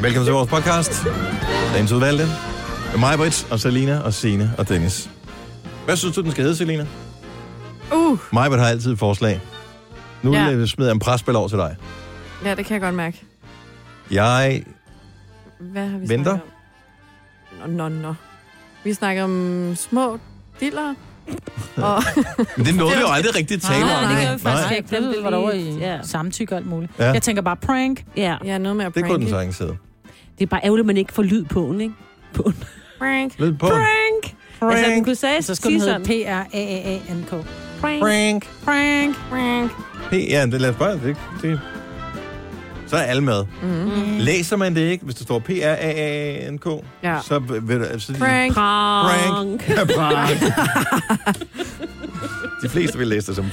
Velkommen til vores podcast. Dagens udvalgte. Med mig, Britt, og Selina, og Sine og Dennis. Hvad synes du, den skal hedde, Selina? Uh, Mig, har altid et forslag. Nu Ja. ja. smider jeg en presbal over til dig. ja, det kan jeg godt mærke. Jeg... Hvad har vi Venter? snakket om? Nå, nå, nå. Vi snakker om små diller. og Men det nåede vi jo aldrig rigtigt tale om. Nej, det kan vi faktisk Nej. ikke. Den blev derovre i ja. samtykke og alt muligt. Ja. Ja. Jeg tænker bare prank. Ja, ja, noget med at Det kunne den pranke. sagtens hedde. det er bare ærgerligt, at man ikke får lyd på den, ikke? På den. Prank. Lyd på. Prank! Altså, den kunne sige, Så skal den sige hedde sådan. P-R-A-A-A-N-K. Prank. Prank. Prank. Prank. P- Ja, det lad os bare... Det, det. Så er alle med. Mm-hmm. Læser man det ikke, hvis der står P-R-A-A-N-K, Ja. så vil der... Så de, Prank. Prank. prank. de fleste vil læse det som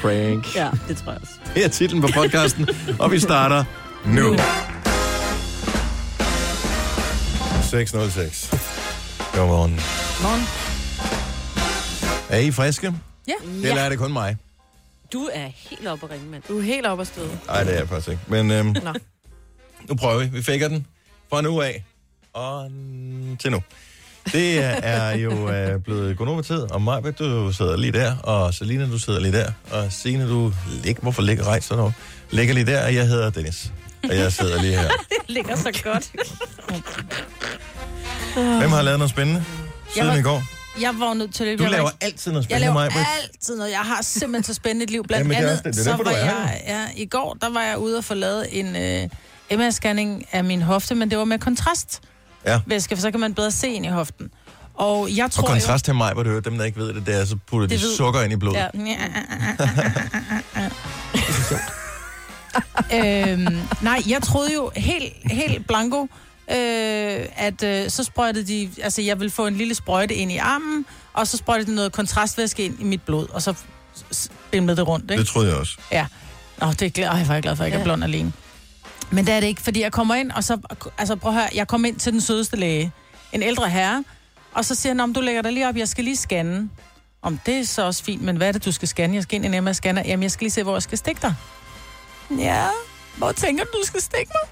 prank. Ja, det tror jeg også. Det er titlen på podcasten, og vi starter nu. 606. Godmorgen. Morgen. Er I friske? Ja. Eller er det kun mig? Du er helt oppe at ringe, mand. Du er helt oppe at støde. Nej, det er jeg faktisk ikke. Men øhm, Nå. nu prøver vi. Vi fækker den fra nu af og mm, til nu. Det er jo øh, blevet gonova-tid, og Maja, du sidder lige der, og Selina, du sidder lige der, og Signe, du ligger, hvorfor ligger rejser nu? Ligger lige der, og jeg hedder Dennis, og jeg sidder lige her. Det ligger så godt. Hvem har lavet noget spændende siden Jeg i var- går? Jeg var nødt til at Du Jeg laver var- altid noget jeg spændende, laver Maja. altid noget. Jeg har simpelthen så spændende et liv. Blandt Jamen, det er også andet, det. Det er så derfor, du var er her, jeg... Ja, I går, der var jeg ude og få lavet en øh, MR-scanning af min hofte, men det var med kontrastvæske, Ja. for så kan man bedre se ind i hoften. Og jeg tror Og jo- kontrast til mig, hvor du hører dem, der ikke ved det, det er, så putter Det de ved- sukker ind i blodet. Ja. Ja. øhm, nej, jeg troede jo helt, helt blanko, øh, at øh, så sprøjtede de, altså jeg ville få en lille sprøjte ind i armen, og så sprøjtede de noget kontrastvæske ind i mit blod, og så s- s- bimlede det rundt, Det ikke? troede jeg også. Nå, det er glad, Ej, hvor er jeg glad for, at jeg ikke er Ja. blond alene. Men det er det ikke, fordi jeg kommer ind, og så, altså prøv at høre, jeg kom ind til den sødeste læge, en ældre herre, og så siger han, om du lægger dig lige op, jeg skal lige scanne. Om det er så også fint, men hvad er det, du skal scanne? Jeg skal ind i en MR-scanner. Jamen, jeg skal lige se, hvor jeg skal stikke dig. Ja, hvor tænker du, du skal stikke mig?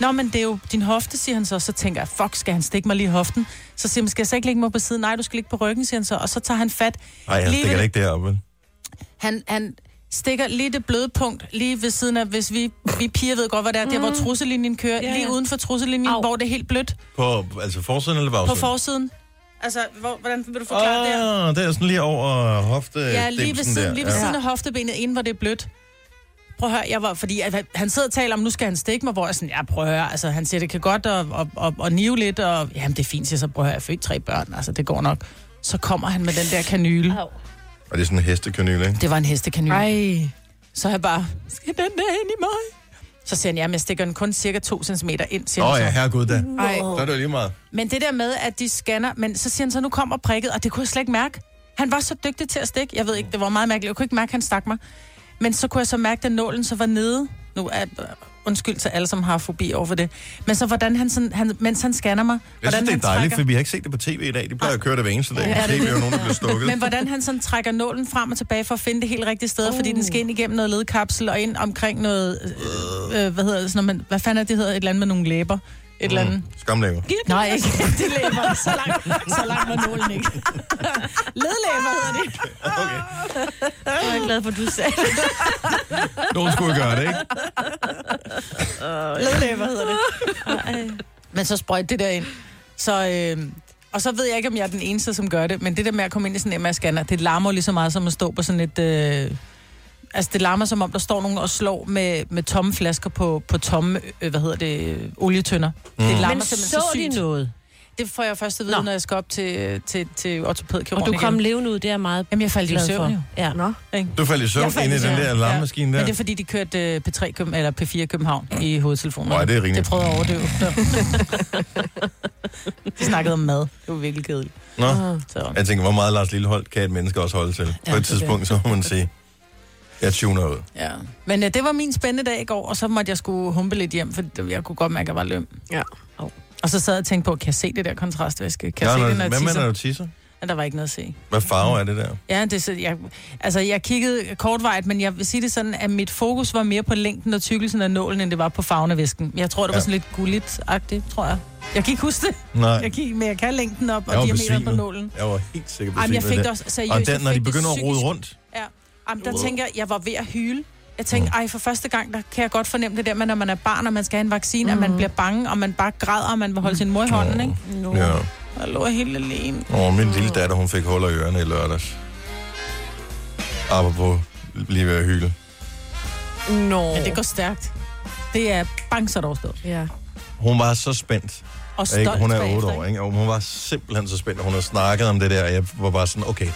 Nå, men det er jo din hofte, siger han så. Så tænker jeg, fuck, skal han stikke mig lige i hoften? Så siger han, skal jeg så ikke ligge mig på siden? Nej, du skal ligge på ryggen, siger han så. Og så tager han fat Nej, jeg Lige stikker ved- det ikke deroppe. vel? han, han stikker lige det bløde punkt lige ved siden af, hvis vi, vi piger ved godt, hvad det er, mm. der hvor trusselinjen kører, Ja, ja, ja. ja. lige uden for trusselinjen, Au. Au. hvor det er helt blødt På altså forsiden eller på bagsiden? forsiden. Altså, hvor, hvordan vil du forklare oh. det her? Åh, det er sådan lige over hofte Ja, lige ved, siden, der. lige ved Ja. siden af hoftebenet, inden hvor det er blødt. Prøv at høre, jeg var, fordi at han sidder og taler om, nu skal han stikke mig, hvor jeg sådan, ja, prøv at høre, altså han siger, det kan godt og, og, og, og nive lidt, og jamen det er fint, siger jeg så, prøv at høre, jeg fik tre børn, altså det går nok. Så kommer han med den der kanyle. Au. Og det er sådan en hestekanyl, ikke? Det var en hestekanyle. Ej. Så er jeg bare, skal den der ind i mig? Så siger han, jamen jeg stikker den kun cirka 2 cm ind. Siger Åh oh, oh, ja, ja. herregud da. Ej. Så er det jo lige meget. Men det der med, at de scanner, men så siger han så, nu kommer prikket, og det kunne jeg slet ikke mærke. Han var så dygtig til at stikke. Jeg ved ikke, det var meget mærkeligt. Jeg kunne ikke mærke, at han stak mig. Men så kunne jeg så mærke, at nålen så var nede. Nu er øh, undskyld til alle, som har fobi over for det. Men så hvordan han, sådan, han mens han scanner mig. Jeg hvordan synes, det er han dejligt, for trækker, vi har ikke set det på tv i dag. De plejer at køre det hver eneste dag. Ja, Ja, det er det er jo nogen, der bliver stukket. Men hvordan han sådan trækker nålen frem og tilbage for at finde det helt rigtige sted, uh. fordi den skal ind igennem noget ledkapsel og ind omkring noget, øh, øh, hvad hedder det, sådan noget, man, hvad fanden er det, det hedder, et eller andet med nogle læber. Et eller andet. Mm. Skamlæber. Nej, ikke det læber. Så langt, så langt var nålen ikke. Ledlæber hedder det. Okay. Jeg er glad for, at du sagde det. Nogen skulle gøre det, ikke? Øh, Ledlæber hedder det. Men så sprøjt det der ind. Så, øh, og så ved jeg ikke, om jeg er den eneste, som gør det, men det der med at komme ind i sådan en MR-scanner, det larmer jo lige så meget, som at stå på sådan et... Øh, altså, det larmer, som om der står nogen og slår med, med tomme flasker på, på tomme, øh, hvad hedder det, øh, olietønder. Mm. Det larmer Men så, simpelthen så, de sygt. noget? Det får jeg først at vide, Nå. Nå. når jeg skal op til, til, til Og ortopædkirurgen du kom igen. levende ud, det er jeg meget Jamen, jeg faldt i glad søvn, jo. for. Ja. Nå. Du faldt i søvn Jeg faldt ind i i den søvn, der ja. larmemaskine Ja. der. Men det er fordi, de kørte øh, P3 Køben, eller P4 København i hovedtelefonerne. Nej, det er rimeligt. Det prøvede at overdøve. de snakkede om mad. Det var virkelig kedeligt. Nå. Så. Jeg tænker, hvor meget Lars Lillehold kan et menneske også holde til. Ja, På det er et tidspunkt, så må man sige, jeg tuner ud. Ja. Men øh, det var min spændende dag i går, og så måtte jeg skulle humpe lidt hjem, for det- jeg kunne godt mærke, at jeg var løm. Ja. Og så sad jeg og tænkte på, kan jeg se det der kontrastvæske? Kan Nå, jeg når- se det, når jeg Hvad mener tisser? du, tisser? Men der var ikke noget at se. Hvad farve er det der? Ja, det, er så- jeg, altså, jeg kiggede kortvejt, men jeg vil sige det sådan, at mit fokus var mere på længden og tykkelsen af nålen, end det var på farven af væsken. Men Jeg tror, det var Ja. sådan lidt gulligt-agtigt, tror jeg. Jeg kan ikke huske det. Nej, Jeg gik, men jeg kan længden op Jeg var og diameteren på besvimet. nålen. jeg var helt sikker på, Ej, men jeg det. fik det også seriøst. Og jeg den, når de fik det begynder at rode psykisk- rundt, Ja. Jamen, der Wow. tænker jeg, jeg var ved at hyle. Jeg tænkte, ej, for første gang, der kan jeg godt fornemme det der med, når man er barn, og man skal have en vaccine, mm. at man bliver bange, og man bare græder, og man vil holde sin mor i hånden, ikke? Åh, ja. Og lå jeg helt alene. Åh, min lille datter, hun fik huller i ørerne i lørdags. Apropos lige ved at hylde. Nå. Men det går stærkt. Det er bang, så er det overstået. Ja. Hun var så spændt. Og stolt Ikke? Hun er bagefter, 8 år, ikke? Og hun var simpelthen så spændt, og hun har snakket om det der, og jeg var bare sådan, okay,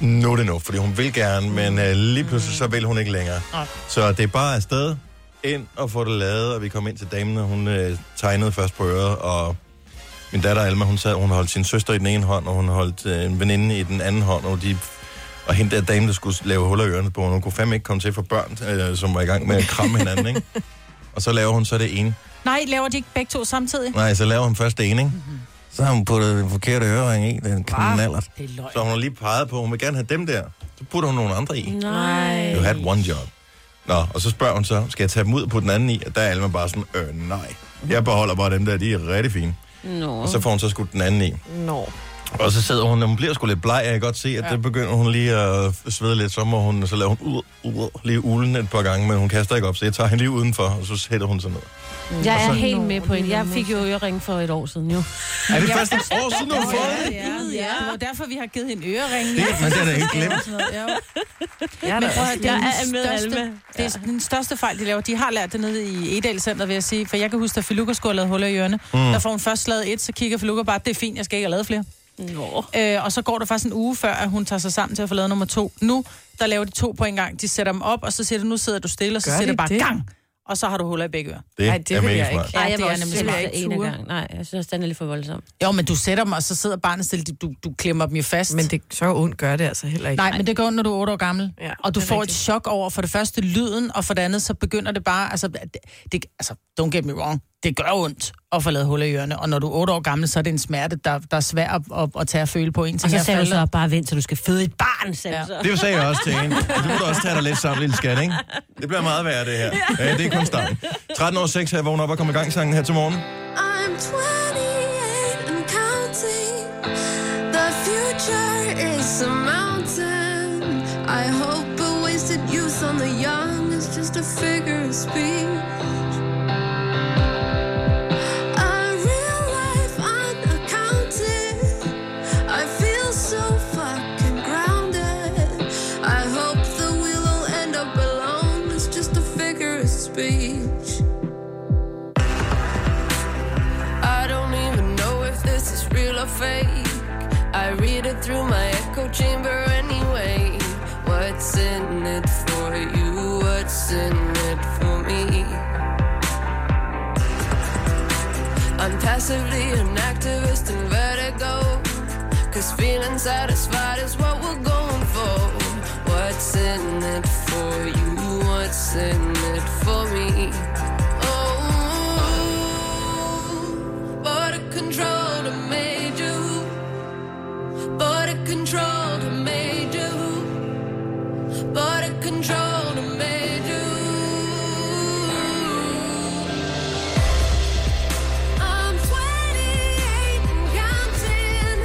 nu er det nu, fordi hun vil gerne, men øh, lige pludselig så vil hun ikke længere. Nej. Så det er bare afsted, ind og få det lavet, og vi kom ind til damen, og hun øh, tegnede først på øret, og min datter Alma, hun, sad, hun holdt sin søster i den ene hånd, og hun holdt øh, en veninde i den anden hånd, og de og hende der dame, der skulle lave huller i ørerne på, hende, hun kunne fandme ikke komme til for børn, øh, som var i gang med at kramme hinanden, ikke? Og så laver hun så det ene. Nej, laver de ikke begge to samtidig? Nej, så laver hun først det ene, ikke? Mhm. Så har hun puttet den forkerte ørering i, den knaller. Det er løgn. Så hun har lige peget på, at hun vil gerne have dem der. Så putter hun nogle andre i. Nej. You had one job. Nå, og så spørger hun så, skal jeg tage dem ud på den anden i? Og der er Alma bare sådan, øh nej. Jeg beholder bare dem der, de er rigtig fine. Nå. Og så får hun så skudt den anden i. Nå. Og så sidder hun, og hun bliver sgu lidt bleg, jeg kan godt se, at ja. det begynder hun lige at svede lidt, så må hun, så laver hun ud, ud, lige ulen et par gange, men hun kaster ikke op, så jeg tager hende lige udenfor, og så sætter hun sig ned. Mm. Jeg Og er så- helt med på en. Jeg fik jo ørering for et år siden, jo. Er det først et år siden, hun har fået det? Ja, ja, ja. Det var derfor, vi har givet hende øreringe. Det- Men det er da ikke glemt. Jeg er Men da prøv at, høre, det er, Jeg den er med, største, Alma. det er den største fejl, de laver. De har lært det nede i Edal Center, vil jeg sige. For jeg kan huske, at Filuka skulle have lavet huller i ørerne. Mm. Der får hun først slået et, så kigger Filuka bare, det er fint, jeg skal ikke have lavet flere. Nå. Øh, og så går der faktisk en uge før, at hun tager sig sammen til at få lavet nummer to. Nu, der laver de to på en gang. De sætter dem op, og så siger du, nu sidder du stille, og så Gør siger de det bare det? gang. Og så har du huller i begge ører. Det, Ej, det er vil mega jeg smart. ikke. Ja, det det er var også nemlig selv smart. ikke en af gang. Nej, jeg synes også, den er lidt for voldsom. Jo, men du sætter dem, og så sidder barnet stille. Du, du klemmer dem jo fast. Men det så ondt gør det altså heller ikke. Nej, men det går ondt, når du er 8 år gammel. Ja, og du det er får rigtigt. et chok over for det første lyden, og for det andet, så begynder det bare... Altså, det, det, altså don't get me wrong. Det gør ondt at få lavet huller i ørerne. Og når du er 8 år gammel, så er det en smerte, der, der er svær at, at, at tage og føle på. En ting Og så er sagde hun forældre. så, bare vent, så du skal føde et barn, sagde hun så. Det sagde jeg også til hende. Du må da også tage dig lidt sammen, lille skat, ikke? Det bliver meget værre, det her. Ja, det er kun starten. 13 år 6 her, vågner op og kommer i gang sangen her til morgen. I'm 28 and counting. The future is a mountain. I hope a wasted youth on the young is just a figure of speech. A real life unaccounted. I feel so fucking grounded. I hope that we'll all end up alone. It's just a figure of speech. I don't even know if this is real or fake. I read it through my echo chamber anyway. What's in it for you? What's in it for me? I'm passively an activist in vertigo. Cause feeling satisfied is what we're going for. What's in it for you? What's in it for me? Oh, border control to major. who? Border control to major. who? Border control to major. who? I'm 28 and counting.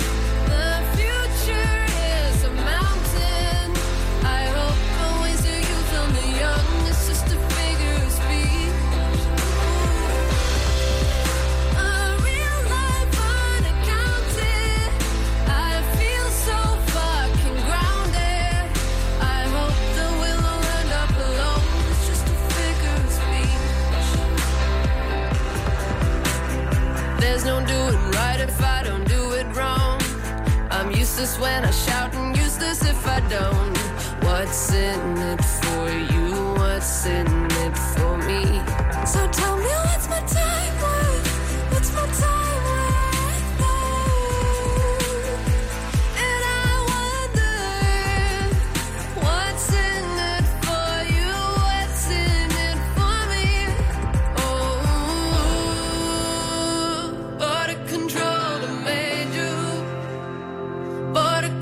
The future is a mountain. I hope always the youth and the young is just a figure of speech. A real life unaccounted. I feel so fucking grounded. I hope that we'll all end up alone. It's just a figure of speech. There's no doing right if I don't do it wrong. I'm useless when I shout and useless if I don't. What's in it for you? What's in it for me? So tell me what's my time worth? What's my time worth? And I wonder what's in it for you? What's in it for me? Oh, border control to major. Border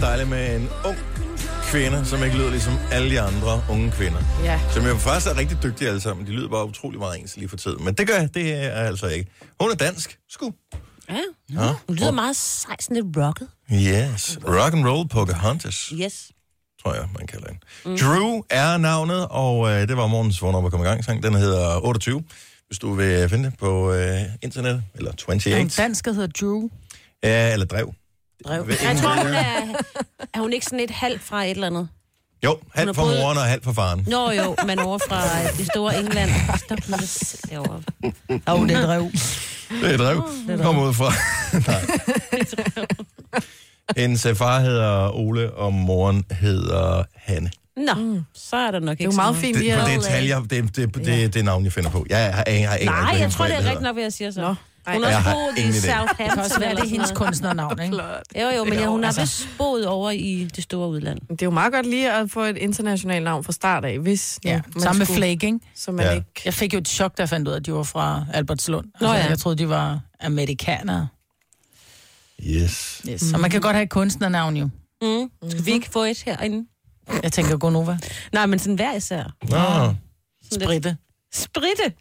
dejligt med en ung kvinde, som ikke lyder ligesom alle de andre unge kvinder. Ja. Som jo faktisk er rigtig dygtige alle sammen. De lyder bare utrolig meget ens lige for tiden. Men det gør det er jeg altså ikke. Hun er dansk. Sku. Ja. Ja. Hun lyder meget sej, sådan lidt rocket. Yes. Rock and roll Pocahontas, Yes. tror jeg, man kalder hende. Mm. Drew er navnet, og øh, det var morgens vågn op og kom i gang sang. Den hedder 28, hvis du vil finde det på øh, internet, eller En 28, dansker hedder Drew. ja, eller Drev. Drev. Ved Jeg ingen- tror, hun er, er hun ikke sådan lidt halv fra et eller andet? Jo, Hun er halv for både- moren og halv for faren. Nå jo, men over fra øh, det store England. Stop med det selv derovre. Åh, oh, det er Drew. Det er drev. Kom ud fra. Nej. Hendes øh, far hedder Ole, og moren hedder Hanne. Nå, Mm, så er der nok Det ikke er jo meget så meget. fint, Det, lige men at... det er øh, tal, jeg, det, det, det, det, er navn, jeg finder på. Jeg har, jeg har ingen Nej, aning, jeg hvad tror, det er hendes rigtigt nok, hvad jeg siger så. Nå, ej. Hun har også Jeg har boet i ingen idé. Det kan også Southampton. være, det er hendes kunstnernavn, ikke? Flot. Jo, jo, men Jo, ja, hun er altså. vist boet over i det store udland. Det er jo meget godt lige at få et internationalt navn fra start af, hvis nu Ja, man sammen med skulle- Flake, ikke? Så man Ja. ja. ikke... Jeg fik jo et chok, da jeg fandt ud af, at de var fra Albertslund. Altså, Nå ja. Jeg troede, de var amerikanere. hedder. Yes. Yes. Mm. Så man kan godt have et kunstnernavn jo. Mm. Skal vi ikke få et herinde? Jeg tænker Gonova. Nej, men sådan hver især. Nå, Sådan lidt- Britte. Spritte.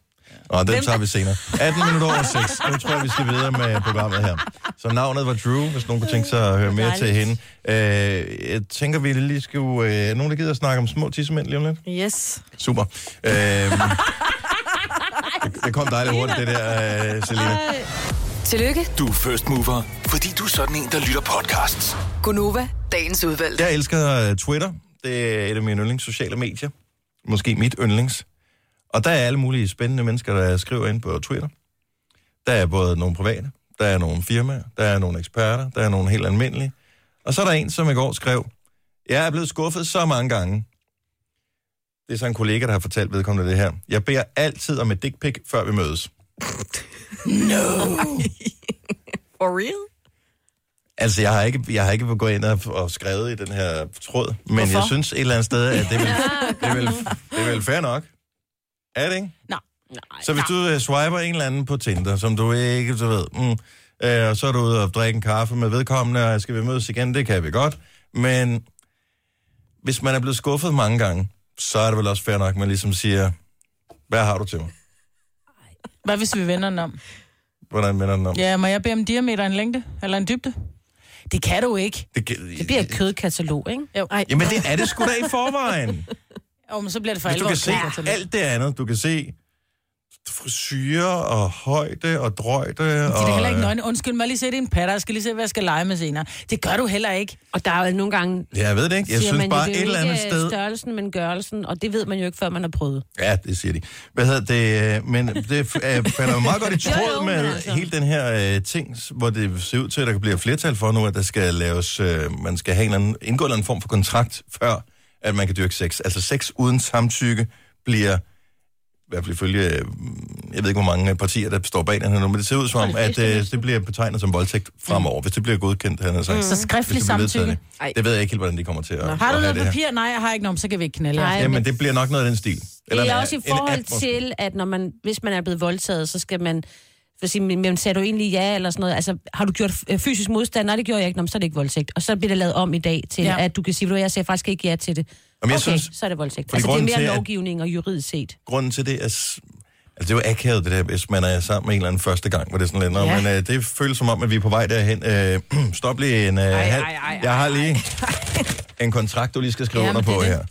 og den tager vi senere. 18 minutter over 6. Nu tror jeg, vi skal videre med programmet her. Så navnet var Drew, hvis nogen kunne tænke sig at høre mere til hende. Dejligt. Øh, jeg tænker, vi lige skulle... Øh, er nogen, der gider at snakke om små tissemænd lige om lidt? Yes. Super. Øh, det, det kom dejligt hurtigt, det der, øh, Selina. Tillykke, Du er first mover, fordi du er sådan en, der lytter podcasts. Gunova, dagens udvalgte. Jeg elsker øh, Twitter. Det er et af mine yndlings sociale medier. Måske mit yndlings. Og der er alle mulige spændende mennesker, der skriver ind på Twitter. Der er både nogle private, der er nogle firmaer, der er nogle eksperter, der er nogle helt almindelige. Og så er der en, som i går skrev, jeg er blevet skuffet så mange gange. Det er så en kollega, der har fortalt vedkommende det her. Jeg beder altid om et dick pic, før vi mødes. For real? Altså, jeg har ikke, jeg har ikke gået ind og, og skrevet i den her tråd, men Hvorfor? jeg synes et eller andet sted, at det vil, det er vel, det er vel fair nok. Er det ikke? Nej. Så hvis du uh, swiper en eller anden på Tinder, som du ikke så ved, mm, øh, og så er du ude og drikke en kaffe med vedkommende, og skal vi mødes igen, det kan vi godt. Men hvis man er blevet skuffet mange gange, så er det vel også fair nok, at man ligesom siger, hvad har du til mig? Hvad hvis vi vender den om? Hvordan vender den om? Ja, må jeg bede om en diameter, en længde eller en dybde? Det kan du ikke. Det, Det bliver et kødkatalog, ikke? Jo, Ej. Jamen, det er det sgu da i forvejen. jo men så bliver det for Hvis du alvor. altså. kan se kødkatalog. alt det andet, du kan se frisyrer og højde og drøjde. De er da heller ikke og, nøgne. Undskyld mig, lige se det er en patter. Jeg skal lige se, hvad jeg skal lege med senere. Det gør du heller ikke. Og der er jo nogle gange, øh, ja, jeg ved det ikke. siger Jeg synes man, jo, bare det et er jo eller ikke øh, andet sted... størrelsen, men gørelsen, og det ved man jo ikke, før man har prøvet. Ja, det siger de. Hvad hedder det? øh, Men det øh, falder jo meget godt i Jo, tråd jo, med men altså. hele den her øh, ting, hvor det ser ud til, at der kan blive flertal for nu, at der skal laves, øh, man skal have en eller anden, indgå en eller anden form for kontrakt, før at man kan dyrke sex. Altså sex uden samtykke bliver, i hvert fald ifølge, øh, jeg ved ikke, hvor mange øh, partier, der står bag den her nu, men det ser ud som om, at øh, det bliver betegnet som voldtægt fremover, hvis det bliver godkendt, han har sagt. Mm. Så skriftlig Hvis det bliver vedtaget, samtykke. det. Det ved jeg ikke helt, hvordan de kommer til at, at Har du have noget det her. papir? Nej, jeg har ikke nogen, så kan vi ikke knalde. jer. Nej, Jamen, det bliver nok noget af den stil. Eller det er en- også i en forhold app måske. til, at når man, hvis man er blevet voldtaget, så skal man for at sige, men men sagde du egentlig ja, eller sådan noget. Altså, har du gjort øh, fysisk modstand? Nej, det gjorde jeg ikke. Nå, men så er det ikke voldtægt. Og så bliver det lavet om i dag til, Ja. ja. at du kan sige, at jeg sagde faktisk ikke ja til det. Jamen, jeg okay, synes- så er det voldtægt. fordi Altså, det er grunden mere til, at- lovgivning og juridisk set. grunden til det er... s- Altså, det er jo akavet, det der, hvis man er sammen med en eller anden første gang, hvor det er sådan lidt, ja. men øh, det føles som om, at vi er på vej derhen. Øh, stop lige en øh, halv... Jeg har lige en kontrakt, du lige skal skrive Ja, ja, men under på det er her.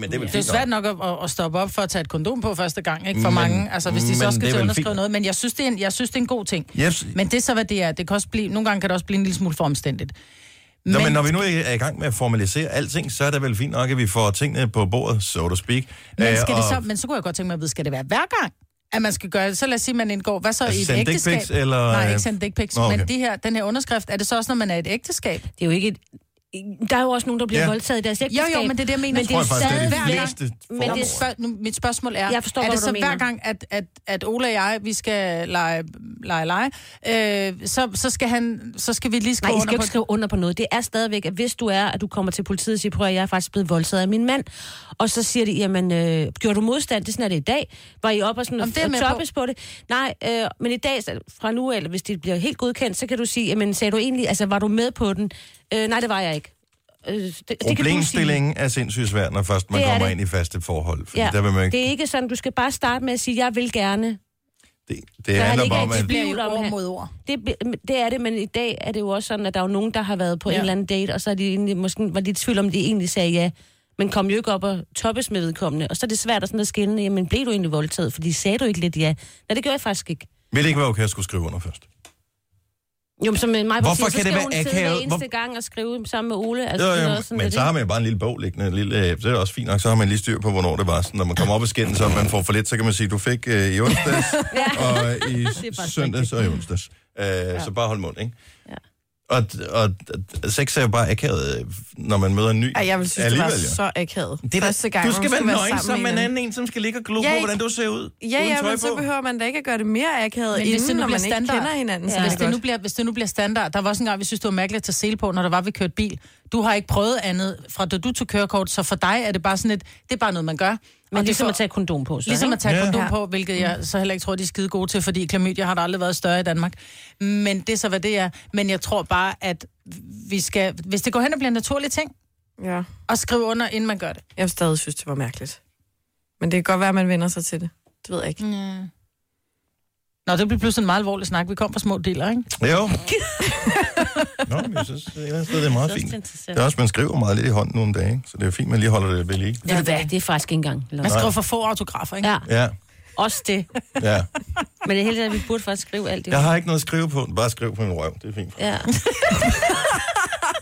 Men det er vel Det er fint svært nok at, at- at stoppe op for at tage et kondom på første gang, ikke? For Men- men, mange, altså hvis de men så det er skal til vel at underskrive fint. noget. Men jeg synes, det er en, jeg synes, det er en god ting. nok. Yes. Men det er så, hvad det er. Det kan også blive, nogle gange kan det også blive en lille smule for omstændigt. Men, Nå, men når vi nu er i gang med at formalisere alting, så er det vel fint nok, at vi får tingene på bordet, so to speak. men, Øh, skal det og- så, men så kunne jeg godt tænke mig at vide, skal det være hver gang, at man skal gøre det? Så lad os sige, man indgår. Hvad så Altså, i et sende dick ægteskab? pics, eller, Nej, øh, ikke sende dick pics, Nå, okay. Men de her, den her underskrift, er det så også, når man er i et ægteskab? Det er jo ikke et... Der er jo også nogen, der bliver Ja. ja. voldtaget i deres Jo, ægteskab. jo, men det er det, jeg mener. Men det er tror jeg faktisk, det er de stadigvæk- fleste Men Men det det er spørg, nu, mit spørgsmål er, Jeg forstår er godt, det så hvad du hver mener. gang, at, at, at Ole og jeg, vi skal lege, lege, lege øh, så, så, skal han, så skal vi lige skrive Nej, I skal under jo på ikke skrive under på noget. Det er stadigvæk, at hvis du er, at du kommer til politiet og siger, prøv at jeg er faktisk blevet voldtaget af min mand, og så siger de, jamen, øh, gjorde du modstand? Det er sådan, er det i dag. Var I oppe og sådan Jamen, det er jeg med og toppes på. på det? Nej, øh, men i dag, så- fra nu af, eller hvis det bliver helt godkendt, så kan du sige, jamen, sagde du egentlig, altså, var du med på den? Øh, nej, det var jeg ikke. Øh, det, det kan du sige. Problemstillingen er sindssygt svært, når først man Det er kommer det. ind i faste forhold. Fordi Ja, der vil man det ikke, er ikke sådan, du skal bare starte med at sige, jeg vil gerne. det, det der handler ligger bare et om, at Det bliver jo ord mod ord. Det, det er det, men i dag er det jo også sådan, at der er jo nogen, der har været på ja. Ja. en eller anden date, og så er de egentlig, måske var de i tvivl om, de egentlig sagde ja, men kom jo ikke op og toppes med vedkommende. Og så er det svært at, sådan at skille, jamen blev du egentlig voldtaget, fordi sagde du ikke lidt ja? Nej, det gjorde jeg faktisk ikke. vil det ikke være okay at skulle skrive under først. Jo, men som mig Hvorfor siger, så kan det skal være hun sidde akavet? hver eneste Hvor- gang og skrive sammen med Ole. Altså, Jo, det er jo, også sådan, men at så har man jo bare en lille bog liggende. En lille, øh, det er også fint nok, så har man lige styr på, hvornår det var. Så når man kommer op og skændes, så man får for lidt, så kan man sige, du fik øh, i onsdags, og i faktisk søndags og i onsdags. Øh, Så bare hold mund, ikke? Og, og, og sex er jo bare akavet, øh, når man møder en ny. Ej, jeg vil synes, det var alligevel, jo. så akavet. Det er da- Første gang, du hvor skal, man være nøgen sammen sammen med en hinanden. anden en, som skal ligge og glo Ja, på, ikke- hvordan du ser ud. Ja, uden ja, tøj men så på. behøver man da ikke at gøre det mere akavet, inden, når man ikke kender hinanden. ja. så hvis, det det nu bliver, hvis det nu bliver standard, der var også en gang, vi synes, det var mærkeligt at tage sele på, når der var, vi kørte bil. Du har ikke prøvet andet fra da du tog kørekort, så for dig er det bare sådan et, det er bare noget, man gør. Men Og ligesom det at tage kondom på, så, Ligesom ikke? at tage Ja. ja. kondom Ja. på, hvilket jeg så heller ikke tror, de er skide gode til, fordi klamydia har der aldrig været større i Danmark. Men det er så, hvad det er. Men jeg tror bare, at vi skal... Hvis det går hen og bliver en naturlig ting, Ja. og skrive under, inden man gør det. Jeg vil stadig synes, det var mærkeligt. Men det kan godt være, at man vender sig til det. Det ved jeg ikke. Nå, det bliver pludselig en meget alvorlig snak. Vi kom fra små deler, ikke? Jo. Nå, men jeg synes, et eller andet sted, det er Det meget er fint. også interessant. Det er også, man skriver meget lidt i hånden nu om dagen, så det er jo fint, man lige holder det ved lige. Ved du hvad, det er faktisk ikke engang. løgn. Man skriver for få autografer, ikke? Ja, Ja, også det. ja. Men det er heldigt, at vi burde faktisk skrive alt det. Jeg har ikke noget at skrive på, bare skriv på min røv, det er fint. Ja.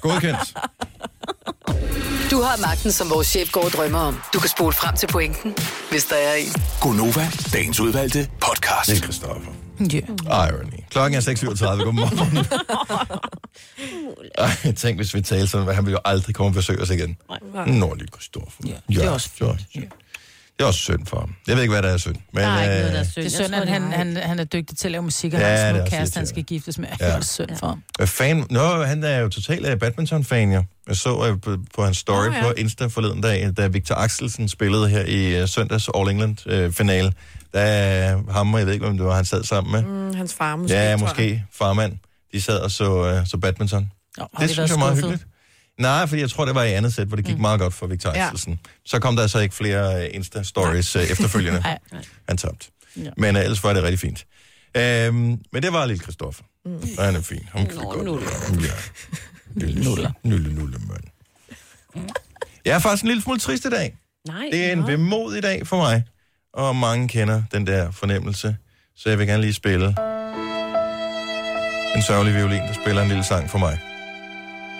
Godkendt. Du har magten, som vores chef går og drømmer om. Du kan spole frem til pointen, hvis der er en. Gonova, dagens udvalgte podcast. Det er Christoffer. Ah, Ja. Irony. Klokken er 6.37. Godmorgen. Ej, tænk, hvis vi talte sådan, hvad han ville jo aldrig komme og besøge os igen. Nå, lige Christoffer. Ja, det er også- jo, jo. Det er også synd for ham. Jeg ved ikke, hvad der er synd. Men, Der er ikke noget, der er øh, synd. Det er Jeg synd, tror, at det er han, mig. han, han er dygtig til at lave musik, og Ja, ja, det er har en smuk også kæreste, han irriterende. skal giftes med. Ja. Ja. Det er synd for ham. Hvad Øh, fan? Nå, han er jo totalt øh, badminton-fan, jo. Jeg så øh, på, på hans story Nå, oh, ja. på ja. Insta forleden dag, da Victor Axelsen spillede her i øh, søndags All England-finale. der øh, ham og jeg ved ikke, hvem det var, han sad sammen med. Mm, Mm, hans far måske. ja, tror jeg. måske farmand. De sad og så, øh, så badminton. Nå, har Det vi synes jeg er været meget skuffede? hyggeligt. Nej, fordi jeg tror, det var i andet sæt, hvor det gik mm. meget godt for Victor Ja. Axelsen. Så kom der altså ikke flere øh, Insta-stories øh, efterfølgende. Nej. Han tabte. Ja. Ja. Men øh, ellers var det rigtig fint. Øhm, men det var lille Christoffer. Mm. Og han er fin. Ham kan Nå, godt. nuller. Ja. Lille, nuller. Nulle, nulle, mand. Jeg er faktisk en lille smule trist i dag. Nej, Det er en nå. vemodig dag for mig. Og mange kender den der fornemmelse. Så jeg vil gerne lige spille en sørgelig violin, der spiller en lille sang for mig.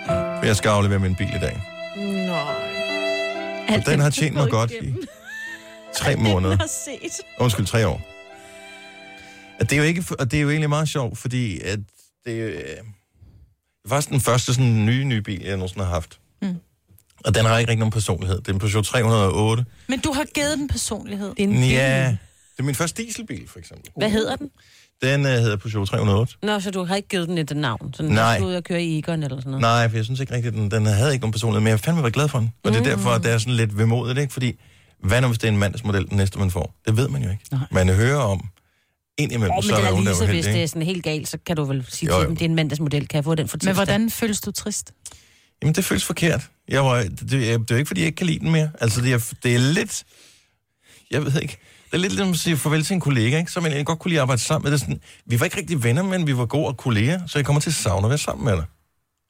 For jeg skal aflevere min bil i dag. Nej. Og den har tjent mig godt i tre måneder. har set. Undskyld, tre år. At det er jo ikke, og det er jo egentlig meget sjovt, fordi at det er jo, øh, faktisk den første sådan nye, nye bil, jeg nogensinde har haft. Mm. Og den har ikke rigtig nogen personlighed. Det er en Peugeot 308. Men du har givet den personlighed. Det er en bil. Ja, det er min første dieselbil, for eksempel. Hvad hedder den? Den øh, hedder Peugeot 308. Nå, så du har ikke givet den et navn? Sådan, Nej. Nej. Du er ude og køre i Egon eller sådan noget? Nej, for jeg synes ikke rigtigt, den, den havde ikke nogen personlighed, men jeg fandme var glad for den. Og det er Mm. derfor, at det er sådan lidt vemodigt, ikke? Fordi, hvad nu hvis det er en mandsmodel, den næste man får? Det ved man jo ikke. Nej. Man hører om, indimellem, Åh, oh, men så er den der er nogen, der lige er så, hvis uheldig, det ikke? er sådan helt galt, så kan du vel sige Jo, jo, jo. til dem, det er en mandagsmodel, kan jeg få den for Men tirsdag? hvordan føles du trist? Jamen, det føles forkert. Jeg var, det, det, er jo ikke, fordi jeg ikke kan lide den mere. Altså, det er, det er lidt... Jeg ved ikke. Det er lidt ligesom at sige farvel til en kollega, ikke? som jeg egentlig godt kunne lide at arbejde sammen med. Det er sådan, vi var ikke rigtig venner, men vi var gode og kolleger, så jeg kommer til at savne at være sammen med dig.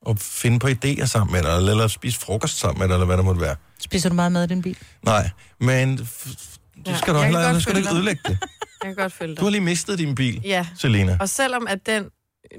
Og finde på idéer sammen med dig, eller, eller spise frokost sammen med dig, eller hvad der måtte være. Spiser du meget mad i din bil? Nej, men f- f- du Ja, skal ja, du jeg kan heller godt du skal du ikke følge dig. ødelægge det. Jeg kan godt følge Du har dig. lige mistet din bil, Ja. Selena. Og selvom at den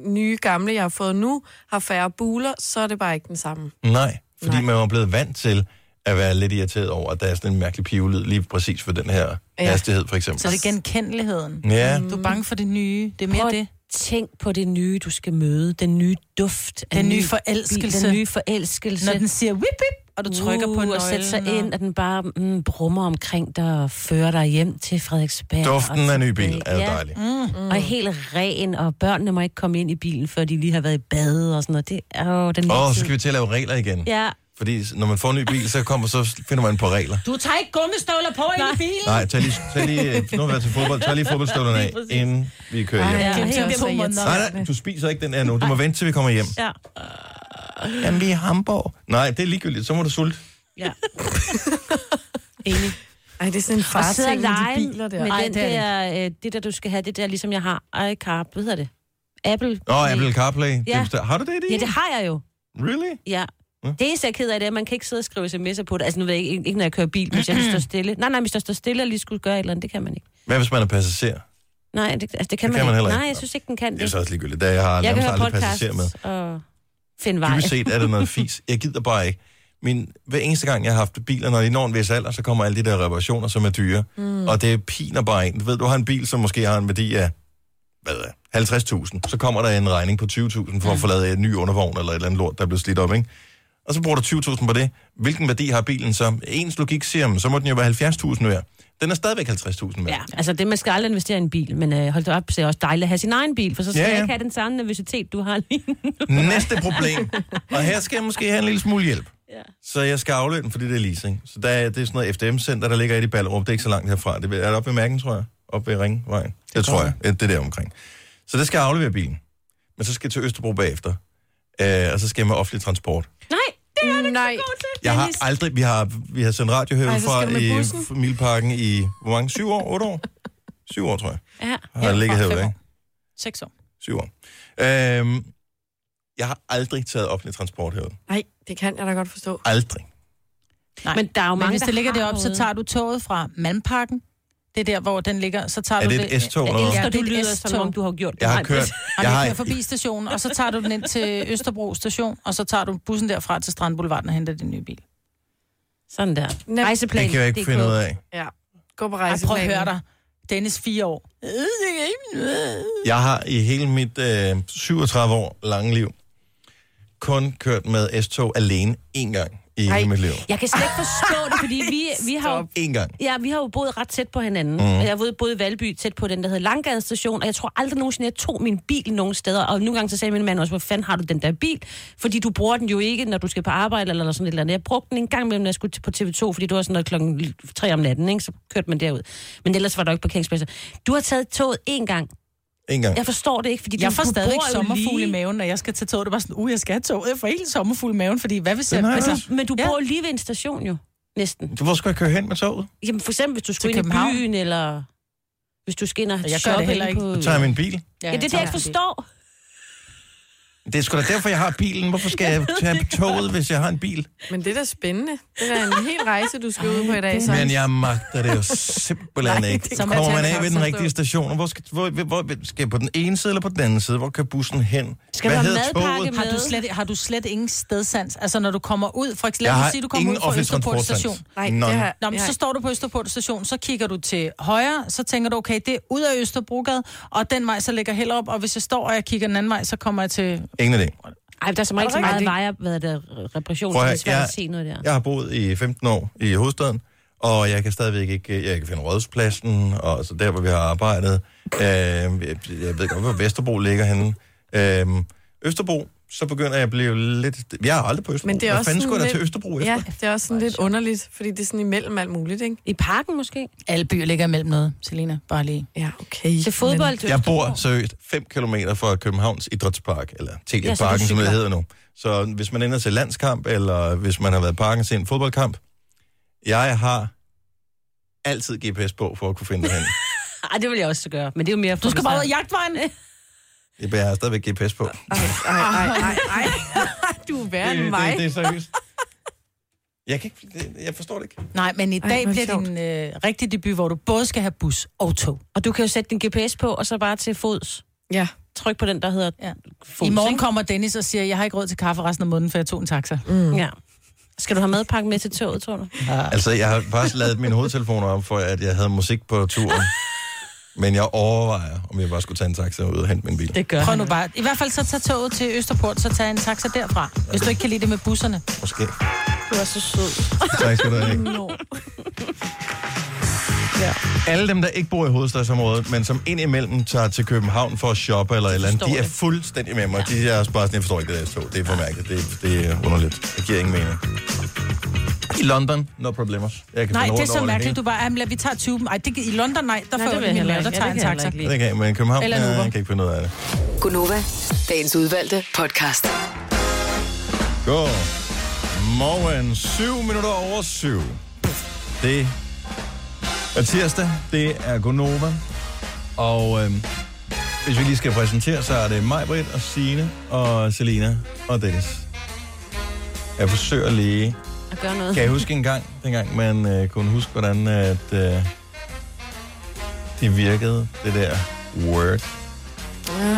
nye gamle, jeg har fået nu, har færre buler, så er det bare ikke den samme. Nej, fordi Nej. man var blevet vant til at være lidt irriteret over, at der er sådan en mærkelig pivelyd lige præcis for den her ja. Ja. hastighed, for eksempel. Så er det genkendeligheden. Ja, Du er bange for det nye. Det er mere Prøv det. at tænk på det nye, du skal møde. Den nye duft. af Den nye ny forelskelse. bil, Den nye forelskelse. Når den siger whip, whip, og du trykker på uh, nøglen. og sætter sig ind, og den bare mm, brummer omkring dig og fører dig hjem til Frederiksberg. duften og af ny bil er jo Ja, dejlig. Mm. Og er helt ren, og børnene må ikke komme ind i bilen, før de lige har været i bad og sådan noget. Det er jo den Åh, nye oh, så tid. skal vi til at lave regler igen. Ja. Ja. Fordi når man får en ny bil, så, kommer, så finder man på regler. Du tager ikke gummistøvler på ind i bilen. Nej, tag lige, tag lige, øh, nu har vi været til fodbold, tag lige fodboldstøvlerne af, inden vi kører hjem. Ja, helt det er to vildt. måneder. Nej, nej, du spiser ikke den her nu. Du må vente, til vi kommer hjem. Ja. Jamen, vi er i Hamburg. Nej, det er ligegyldigt. Så må du sulte. Ja. Enig. Ej, det er sådan en Og far sidde og ting med de lege biler der. med Ej, den det er der, øh, det der, du skal have, det der, ligesom jeg har iCar, hvad hedder det? Apple. Nå, Apple CarPlay. Det Ja. bestem- Har du det i det? Ja, det har jeg jo. Really? Ja. Ja. Det eneste, jeg er ked af, det er, at man kan ikke sidde og skrive sms'er på det. Altså, nu ved jeg ikke, ikke når jeg kører bil, hvis jeg vil stå stille. Nej, nej, hvis jeg står stille og lige skulle gøre et eller andet, det kan man ikke. Hvad hvis man er passager? Nej, det, altså, det kan, Det man, kan man ikke. heller ikke. Nej, jeg synes ikke, den kan Det er det. så også ligegyldigt. Da jeg har Jeg kan nærmest høre aldrig passager med. podcasts og finde vej. Dybest set er det noget fis. Jeg gider bare ikke. Min, hver eneste gang, jeg har haft biler, når de når en vis alder, så kommer alle de der reparationer, som er dyre. Mm. Og det piner bare en. Du ved, du har en bil, som måske har en værdi af hvad ved jeg, 50.000. Så kommer der en regning på 20.000 for at få lavet en ny undervogn eller et eller andet lort, der er blevet slidt op, ikke? Og så bruger du 20.000 på det. Hvilken værdi har bilen så? Ens logik siger, "Jamen, så må den jo være 70.000 værd. Den er stadigvæk 50.000 værd. Ja, altså det, man skal aldrig investere i en bil, men øh, hold da op, så er det også dejligt at have sin egen bil, for så skal Ja, ja, ja. ja. jeg ikke have den samme nervøsitet, du har lige nu. Næste problem. Og her skal jeg måske have en lille smule hjælp. Ja. Så jeg skal afløbe den, fordi det er leasing. Så der er, det er sådan noget FDM-center, der ligger inde i Ballerup. Det er ikke så langt herfra. Det er, er det oppe ved Mærken, tror jeg? Oppe ved Ringvejen? Det, det tror jeg. Ja, Det er der omkring. Så det skal jeg aflevere bilen. Men så skal jeg til Østerbro bagefter. Øh, og så skal jeg med offentlig transport. Nej, det er det Nej. ikke så god til. Jeg har aldrig... Vi har, vi har sendt radiohøvel Ej, så skal fra du med i bussen. Milparken i... Hvor mange? Syv år? Otte år? Syv år, tror jeg. Ja. Har det ligget fra herude, fem ikke? år. Seks år. Syv år. Øhm, jeg har aldrig taget offentlig transport herude. Nej, det kan jeg da godt forstå. Aldrig. Nej. Men der er jo Men mange, hvis der det ligger har deroppe, så ude. tager du toget fra Malmparken. Det er der, hvor den ligger. Så tager Er du det et S-tog Jeg eller hvad? elsker, Ja, du det er et lyder, som S-tog. om du har gjort det. Jeg har Nej, kørt... Og Jeg du har, kører forbi stationen, og så tager du den ind til Østerbro station, og så tager du bussen derfra til Strandboulevarden og henter din nye bil. Sådan der. Nem. Rejseplan. det kan jeg ikke finde ud af. Ja. Gå på Ej, rejseplanen. prøv at høre dig. Dennis, fire år. Øh, det kan ikke- Jeg har i hele mit øh, 37 år lange liv kun kørt med S-tog alene én gang i hele Ej. mit liv. Jeg kan slet ikke forstå det, fordi vi, vi har jo Én gang. Ja, vi har jo boet ret tæt på hinanden. Mhm. Mm. Jeg har boet- boet i Valby tæt på den, der hedder Langgade station, og jeg tror aldrig nogensinde, jeg tog min bil nogen steder. Og nogle gange så sagde min mand også, hvor fanden har du den der bil? Fordi du bruger den jo ikke, når du skal på arbejde eller sådan et eller andet. Jeg brugte den en gang imellem, når jeg skulle til- på TV2, fordi det var sådan noget klokken 3 om natten, ikke? så kørte man derud. Men ellers var der jo ikke parkeringspladser. Du har taget toget én gang. Én gang. Jeg forstår det ikke, fordi Jeg du, får du stadig bor jo sommerfugl i lige- maven, når jeg skal til toget. Det var sådan, uh, jeg skal have toget. Jeg får helt sommerfugl i maven, fordi hvad hvis jeg... Den har jeg Altså, også. Men du Ja. bor jo lige ved en station jo, næsten. Hvor skal jeg køre hen med toget? Jamen for eksempel, hvis du skulle ind København. i byen, eller hvis du skal ind og gør det shoppe heller inde ikke. på... Så tager jeg min bil. Ja, det er det, jeg ikke forstår. Det er sgu da derfor, jeg har bilen. Hvorfor skal jeg tage toget, hvis jeg har en bil? Men det er da spændende. Det er da en hel rejse, du skal ud på i dag. Så. Men jeg magter det jo simpelthen Nej, ikke. det Så kan jeg kommer man godt af ved den forstå. rigtige station. og Hvor skal, hvor, hvor, hvor, skal jeg på den ene side eller på den anden side? Hvor kan bussen hen? Skal Hvad du have hedder madpakke toget? med? Har du, slet, har du slet ingen stedsans? Altså, når du kommer ud, for eksempel, Jeg lad har os sige, du kommer ingen ud fra offentlig Østerport transportsans. station. Nej, Nå. det her, Nå, men så står du på Østerport station, så kigger du til højre, så tænker du, okay, det er ud af Østerbrogade, og den vej, så ligger heller op, og hvis jeg står, og jeg kigger den anden vej, så kommer jeg til... Ingen idé. Ej, der er som regel så rigtigt? meget vejer, hvad der er repression, så Prøv det er at høre, svært jeg- at se noget der. Jeg har boet i 15 år i hovedstaden, og jeg kan stadigvæk ikke, jeg kan finde Rådhuspladsen, og så der, hvor vi har arbejdet. Øh, jeg, jeg ved godt, hvor Vesterbro ligger henne. Øh, Østerbro, så begynder jeg at blive lidt... Jeg er aldrig på Østerbro. Men det er Hvad også fanden skulle jeg da sådan til Østerbro efter? ja, det er også sådan lidt underligt, fordi det er sådan imellem alt muligt, ikke? I parken måske? Alle byer ligger imellem noget, Selina, bare lige. Ja, okay. Til fodbold? Jeg bor seriøst 5 km fra Københavns Idrætspark, eller Ja, så Teleparken, du som det cykler. hedder nu. Så hvis man ender til landskamp, eller hvis man har været i parken til en fodboldkamp, jeg har altid GPS på, for at kunne finde det hen. Ej, det vil jeg også gøre, men det er jo mere... Du skal bare ud af jagtvejen. Jeg bærer stadigvæk GPS på. Det, Ej, ej, ej, ej, ej. Du er værre end mig. det, det er seriøst. Jeg, kan ikke, det, jeg forstår det ikke. Nej, men i Ej, dag hvor bliver sjovt. din øh, rigtige debut, hvor du både skal have bus og tog. Og du kan jo sætte din GPS på, og så bare til fods. Ja. Tryk på den, der hedder Ja. fods. I morgen ikke? kommer Dennis og siger, jeg har ikke råd til kaffe resten af måneden, for jeg tog en taxa. Mm. Ja. Skal du have madpakken med til toget, tror du? Altså, jeg har faktisk lavet mine hovedtelefoner op for, at jeg havde musik på turen. Men jeg overvejer, om jeg bare skulle tage en taxa ud og hente min bil. Det gør Prøv nu bare. I hvert fald så tag toget til Østerport, så tag en taxa derfra. Hvis du ikke kan lide det med busserne. Måske. Du er så sød. Tak skal du have. No. Alle dem, der ikke bor i hovedstadsområdet, men som indimellem tager til København for at shoppe eller et eller andet, forstår de er det. fuldstændig med mig. De er også bare sådan, jeg forstår ikke det der tog. Det er for mærkeligt. Det, det er underligt. Det giver ingen mening. I London, no problemer. Jeg kan Nej, finde det er rundt så over det mærkeligt. hele. Du bare, jamen, vi tager 20. Nej, det, i London, nej, der Nej, får det jeg det vil jeg min heller mad, der ikke. tager Ja, det en kan jeg taxa. heller Det kan jeg, men i København, øh, Eller en ja, Uber. jeg kan ikke finde ud af det. Gunova, dagens udvalgte podcast. God morgen. 7 minutter over 7. Det er tirsdag. Det er Gonova. Og øhm, hvis vi lige skal præsentere, så er det mig, Britt, og Signe, og Selina og Dennis. Jeg forsøger lige At gøre noget. kan jeg huske en gang, dengang man øh, kunne huske, hvordan at, øh, det virkede, det der Word. Ah.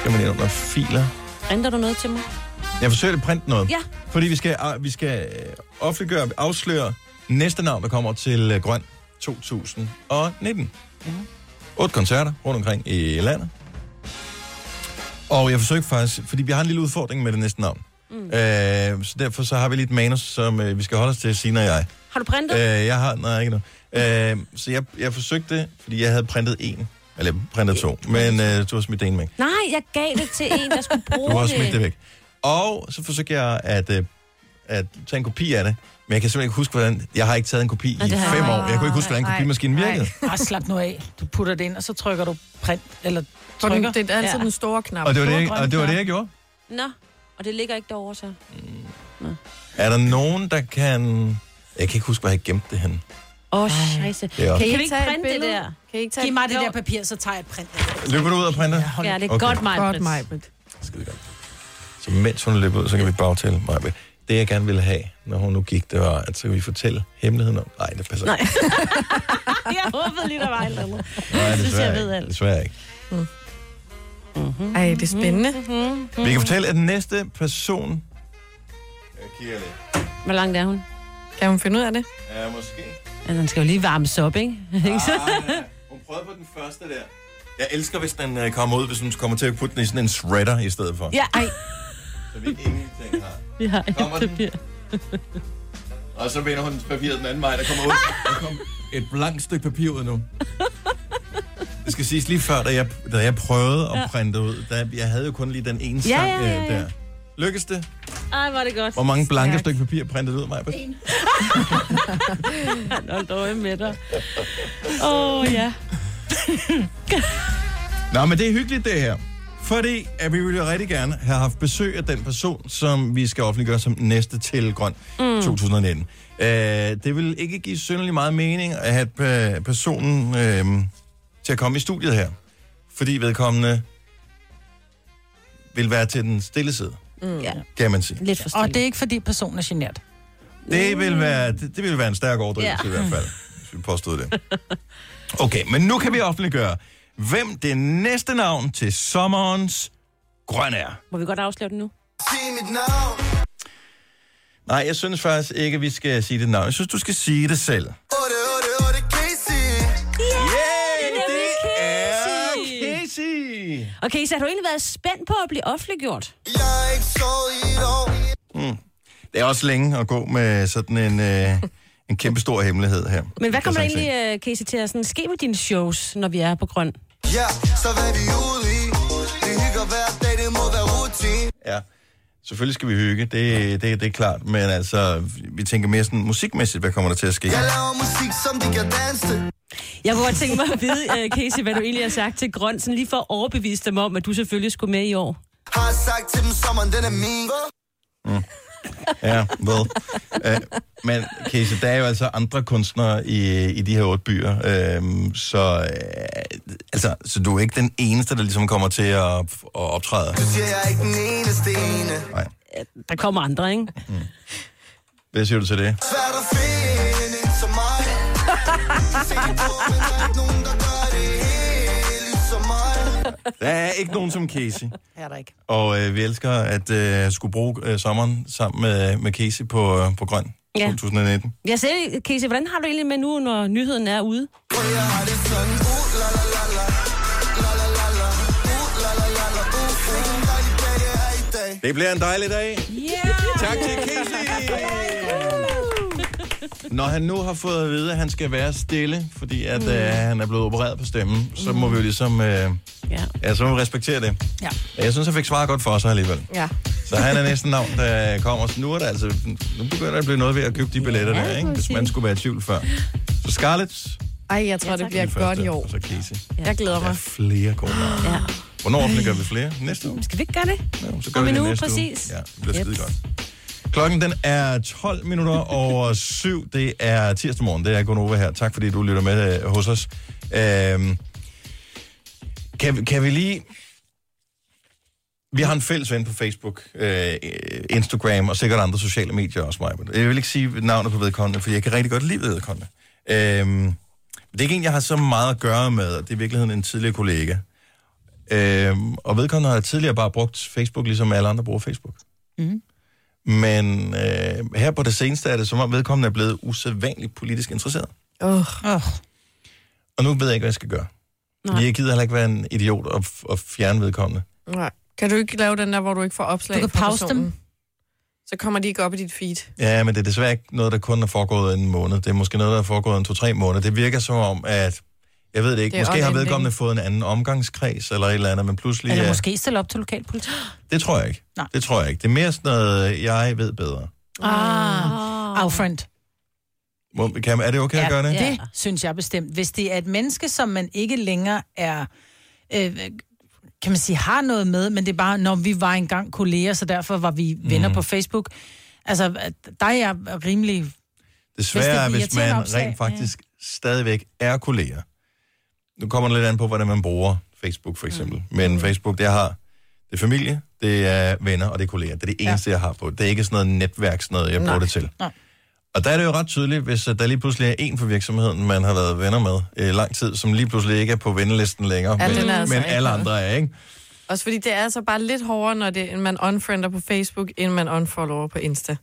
Skal man ind under filer? Renter du noget til mig? Jeg forsøger at printe noget. Ja. Fordi vi skal, øh, vi skal øh, offentliggøre, afsløre næste navn, der kommer til øh, Grøn 2019. Otte koncerter rundt omkring i landet. Og jeg forsøger faktisk, fordi vi har en lille udfordring med det næste navn. Mm. Øh, så derfor så har vi lidt manus, som øh, vi skal holde os til, Sina og jeg. Har du printet? Øh, jeg har, nej, ikke noget. Øh, så jeg, jeg forsøgte, fordi jeg havde printet en. Eller jeg printede to, men øh, du har smidt en væk. Nej, jeg gav det til en, der skulle bruge Du har det. smidt det væk. Og så forsøgte jeg at, øh, at tage en kopi af det, men jeg kan simpelthen ikke huske, hvordan... Jeg har ikke taget en kopi i det har jeg fem ikke. år. Jeg kunne ikke huske, hvordan Nej, kopimaskinen nej. virkede. Bare slap nu af. Du putter det ind, og så trykker du print, eller For den, trykker. det er altid ja. den store knap. Og det, var det, store jeg- og det var det, jeg gjorde. Nå, og det ligger ikke derovre så. Er der nogen, der kan... Jeg kan ikke huske, hvor jeg gemte det henne. Åh, oh, scheisse. Det er også- Kan I vi ikke tage et printe det billede? der? Kan I ikke tage Giv et- mig det Jo. der papir, så tager jeg et print. Løber du ud og printer? Hold Ja, det er Okay. godt mig. Godt mig, Britt. Skide godt. Så mens hun løb ud, så kan vi bagtale mig. Det, jeg gerne ville have, når hun nu gik, det var, at så kan vi fortælle hemmeligheden om... Nej, det passer Nej. Jeg håbede lige, der var et eller andet. Nej, jeg synes, desværre jeg ved ikke. alt. Mm. Desværre ikke. Ej, det er spændende. Mm-hmm. Vi kan fortælle, at den næste person... Jeg kigger lidt. Hvor langt er hun? Kan hun finde ud af det? Ja, måske. Altså, den skal jo lige varmes op, ikke? Ah, hun prøvede på den første der. Jeg elsker, hvis den øh, kommer ud, hvis hun kommer til at putte den i sådan en shredder i stedet for. ja, ej. Så vi ingenting har. Vi har et Kommer den? papir. Og så vender hun papiret den anden vej, der kommer ud. Der kom et blankt stykke papir ud nu. Det skal siges lige før, da jeg, da jeg prøvede at printe ud, da jeg havde jo kun lige den ene Ja, sang ja, ja, øh, ja. der. Lykkes det? Ej, var det godt. Hvor mange blanke stykker papir printede du ud, Maja? Hold da øje med dig. Åh, oh, ja. Nå, men det er hyggeligt, det her. Fordi at vi ville jo rigtig gerne have haft besøg af den person, som vi skal offentliggøre som næste til Grøn mm. 2019. Øh, det vil ikke give synderlig meget mening at have øh, personen øh, til at komme i studiet her. Fordi vedkommende vil være til den stille side, Mm. ja. kan man sige. Lidt for Og stille. det er ikke, fordi personen er genert. Det vil være, det, det vil være en stærk overdrivelse Ja. i hvert fald, hvis vi påstod det. Okay, men nu kan vi offentliggøre, hvem det næste navn til sommerens grøn er. Må vi godt afsløre den nu? Nej, jeg synes faktisk ikke, vi skal sige det navn. Jeg synes, du skal sige det selv. Yeah, det er Casey. Okay, så har du egentlig været spændt på at blive offentliggjort? Hmm. Det er også længe at gå med sådan en, øh, en kæmpe stor hemmelighed her. Men hvad Kan kommer der jeg sagtens se. egentlig, uh, Casey, til at sådan ske med dine shows, når vi er på grøn? Ja, så hvad vi ude i Vi hygger hver dag, det må være rutin Ja. Selvfølgelig skal vi hygge, det, det, det er klart. Men altså, vi tænker mere sådan musikmæssigt, hvad kommer der til at ske? Jeg laver musik, som de kan danse til Jeg kunne godt tænke mig at vide, uh, Casey, hvad du egentlig har sagt til grøn, sådan lige for at overbevise dem om, at du selvfølgelig skulle med i år. Har sagt til dem, sommeren den er min Ja, well. Øh, men Casey, der er jo altså andre kunstnere i, i de her otte byer, øh, så, øh, altså, så du er ikke den eneste, der ligesom kommer til at, at optræde. Du siger, jeg er ikke den eneste ene Nej. Der kommer andre, ikke? Hvad siger du til det? Svært at finde en som mig Se på, men der er ikke nogen, der gør det helt ligesom mig Der er ikke nogen som Casey. Er der ikke. Og øh, vi elsker at øh, skulle bruge øh, sommeren sammen med, med Casey på, øh, på Grøn Ja. 2019. Jeg selv, Casey, hvordan har du egentlig med nu, når nyheden er ude? For jeg har det sådan, uh, la la la la La la la la, uh, la la la la, uh, uh En dejlig dag, det er i dag Det bliver en dejlig dag. Yeah! Tak til Casey! Når han nu har fået at vide, at han skal være stille, fordi at, mm. øh, han er blevet opereret på stemmen, så må vi jo ligesom øh, Ja. ja, så må vi respektere det. Ja. Jeg synes, han fik svaret godt for sig alligevel. Ja. Så han er næsten navn, der kommer. Så nu, er der altså, nu begynder der at blive noget ved at købe de billetter Ja, der, ikke? må man hvis man sige. skulle være i tvivl før. Så Scarlett, Ej, jeg tror, ja, det bliver den godt første, i år. og så Casey. Jeg glæder Der er mig. flere gode navne. Ja. Hvornår offentliggør vi flere? Næste uge? Skal vi ikke gøre det? Jo, så gør Om vi en det uge, næste præcis. Uge. Ja, det bliver skide godt. Klokken den er 12 minutter over 7. Det er tirsdag morgen. Det er Gunova her. Tak fordi du lytter med øh, hos os. Øhm, kan, vi- kan vi lige... Vi har en fælles ven på Facebook, øh, Instagram og sikkert andre sociale medier også, Maja. Jeg vil ikke sige navnet på vedkommende, for jeg kan rigtig godt lide vedkommende. Øhm, det er ikke en, jeg har så meget at gøre med, og det er i virkeligheden en tidligere kollega. Øhm, og vedkommende har tidligere bare brugt Facebook, ligesom alle andre bruger Facebook. Mm. Men øh, her på det seneste er det, som om vedkommende er blevet usædvanligt politisk interesseret. Oh, Oh. Og nu ved jeg ikke, hvad jeg skal gøre. Nej. Nej. Jeg gider heller ikke være en idiot og, f- og fjerne vedkommende. nej. Kan du ikke lave den der, hvor du ikke får opslag Du kan fra pause dem. personen? Så kommer de ikke op i dit feed. Ja, men det er desværre ikke noget, der kun er foregået en måned. Det er måske noget, der er foregået en to-tre måneder. Det virker som om, at... Jeg ved det ikke. Det er Det måske har omvending. vedkommende fået en anden omgangskreds eller et eller andet, men pludselig... Eller er- måske stille op til lokalpolitik. Det tror jeg ikke. Nej. Det tror jeg ikke. Det er mere sådan noget, jeg ved bedre. Ah, our friend. Hvor- Kan, er det okay at gøre det? Det synes jeg bestemt. Hvis det er et menneske, som man ikke længere er, øh, kan man sige, har noget med, men det er bare, når vi var engang kolleger, så derfor var vi Mhm. venner på Facebook. Altså, der er jeg rimelig... Desværre, Hvis det er hvis, de hvis irriterende man opslag, rent faktisk ja. stadigvæk er kolleger. Nu kommer det lidt an på, hvordan man bruger Facebook, for eksempel. Mm. Men Facebook, det jeg har, det er familie, det er venner, og det er kolleger. Det er det eneste, ja. jeg har på. Det er ikke sådan noget netværk, sådan noget, jeg bruger det til. Nej. Og der er det jo ret tydeligt, hvis øh, der lige pludselig er en fra virksomheden, man har været venner med øh, lang tid, som lige pludselig ikke er på vennelisten længere, Ja, men, den er altså men ikke alle noget. andre er, ikke? Også fordi det er altså bare lidt hårdere, når det, er, man unfriender på Facebook, end man unfollower på Insta.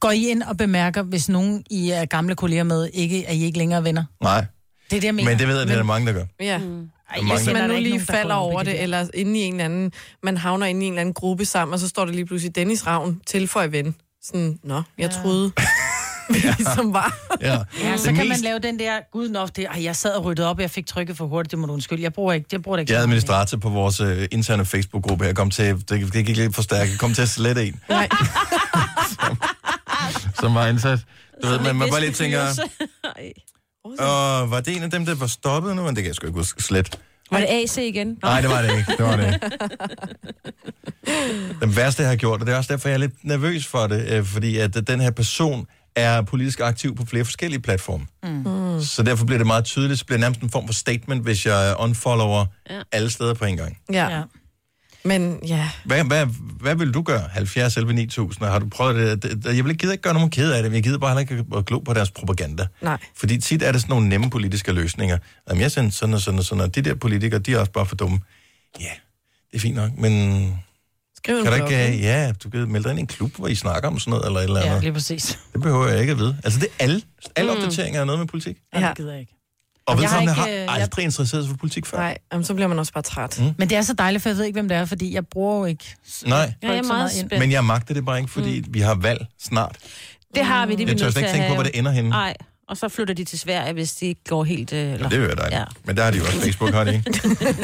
Går I ind og bemærker, hvis nogen, I er gamle kolleger med, ikke, at I ikke længere er venner? Nej, Det er det, jeg mener. Mm. men det ved jeg, det er der mange, der gør. Ja. Ej, der er mange, Hvis der- kender man da nu ikke lige nogen, der falder går op i over det, der. eller inde i en eller anden, man havner inde i en eller anden gruppe sammen, og så står der lige pludselig Dennis Ravn, tilføj ven. Sådan, nå, jeg troede, vi Ligesom- som var. Ja. Ja, Det så kan man mest- lave den der, gud nå, det, ej, jeg sad og ryddede op, og jeg fik trykket for hurtigt, det må du undskylde. Jeg bruger ikke, jeg bruger det ikke. Jeg er så meget mere. administrator på vores øh, interne Facebook-gruppe her. Kom til, det, det gik lidt for stærkt. Kom til at slette en, Nej, som var ansat. Du ved, man, man bare lige tænker, Åh, var det en af dem, der var stoppet nu? Men det kan jeg sgu ikke huske. Slet. Var det AC igen? Nej, det var det ikke. Det var det ikke. Den værste, jeg har gjort, og det er også derfor, jeg er lidt nervøs for det, øh, fordi at øh, den her person er politisk aktiv på flere forskellige platforme. Mm. Så derfor bliver det meget tydeligt. Så bliver det nærmest en form for statement, hvis jeg unfollower ja. alle steder på en gang. ja. Men ja, Hvad, hvad, hvad vil du gøre? 70 11 9000, har du prøvet det? Det- det- Jeg vil ikke gider ikke gøre nogen ked af det, men jeg gider bare heller ikke at glo på deres propaganda. Nej. Fordi tit er det sådan nogle nemme politiske løsninger. Jamen, jeg synes sådan og sådan og sådan, og de der politikere, de er også bare for dumme. Ja, det er fint nok, men skriv en kan du blog. ikke, øh, ja, du kan melde dig ind i en klub, hvor I snakker om sådan noget, eller et eller Ja, andet. lige præcis. Det behøver jeg ikke at vide. Altså, det er alle, alle opdateringer er noget med politik. Ja. Ja. Det gider jeg ikke. Og Jeg har vedkommende har, ikke, øh, har jeg- aldrig interesseret sig for politik før. Mm. Nej, jamen, så bliver man også bare træt. Men det er så dejligt, for jeg ved ikke, hvem det er, fordi jeg bruger jo ikke... Nej. Ja, jeg er Folk så meget meget ind. spændt. Men jeg magter det bare ikke, fordi mm. vi har valg snart. Det har vi, det er vi Jeg tør nødt slet til ikke at tænke på, have. hvor det ender henne. Nej, og så flytter de til Sverige, hvis de ikke går helt... Øh, eller... Det hører dig. Ja. Ja. Men der har de jo også Facebook, har de ikke?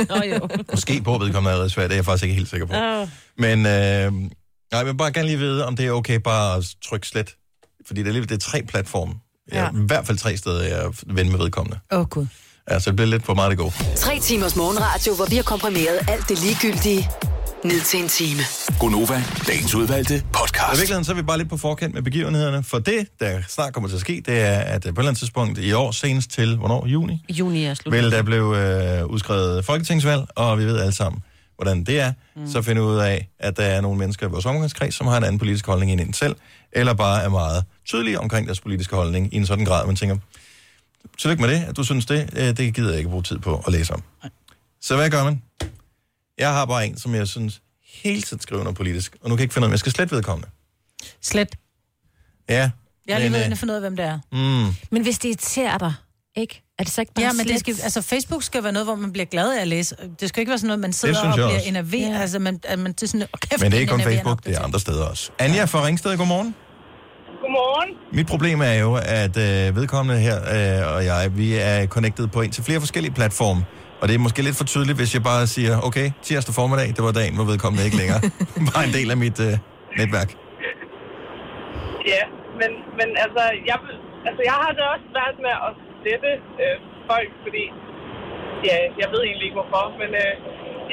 Nå, jo. Måske på vedkommende allerede svært, det er jeg faktisk ikke helt sikker på. Åh. Men øh, nej, jeg vil bare gerne lige vide, om det er okay bare at trykke slet. Fordi det er, alligevel- det er tre platforme. Ja. Ja. I hvert fald tre steder, jeg er ven med vedkommende. Åh, oh, Gud. Ja, så det bliver lidt for meget det gode. Tre timers morgenradio, hvor vi har komprimeret alt det ligegyldige ned til en time. Gonova, dagens udvalgte Og I podcast. virkeligheden så er vi bare lidt på forkant med begivenhederne. For det, der snart kommer til at ske, det er, at øh, på et eller andet tidspunkt i år, senest til, hvornår? Juni? Juni er slut. Vel, der blev øh, udskrevet folketingsvalg, og vi ved alle sammen, hvordan det er. Mm. Så finder vi ud af, at der er nogle mennesker i vores omgangskreds, som har en anden politisk holdning end en selv, eller bare er meget tydelige omkring deres politiske holdning i en sådan grad, at man tænker, tillykke med det, at du synes det, øh, det gider jeg ikke bruge tid på at læse om. Så hvad gør man? Jeg har bare en, som jeg synes hele tiden skriver noget politisk, og nu kan jeg ikke finde ud af, om jeg skal slet vedkommende. Slet. Ja, Jeg er lige men, ved øh, at finde ud af, hvem det er. mm, Men hvis det irriterer dig, ikke? Er det så ikke bare Ja, men det slet? skal, altså, Facebook skal være noget, hvor man bliver glad af at læse. Det skal ikke være sådan noget, man sidder synes og jeg bliver også. enerveret. Ja. Altså, man, at man, det er sådan, oh, kæft, men det er en ikke kun enerverende Facebook, det er opdatering. andre steder også. Anja fra Ringsted, godmorgen. Godmorgen. Mit problem er jo, at øh, vedkommende her øh, og jeg, vi er connected på en til flere forskellige platforme. Og det er måske lidt for tydeligt, hvis jeg bare siger, okay, tirsdag formiddag, det var dagen, hvor vedkommende ikke længere var en del af mit øh, netværk. Ja, men, men altså, jeg, vil- altså, jeg har det også svært med at slette øh, folk, fordi ja, jeg ved egentlig ikke hvorfor, men øh,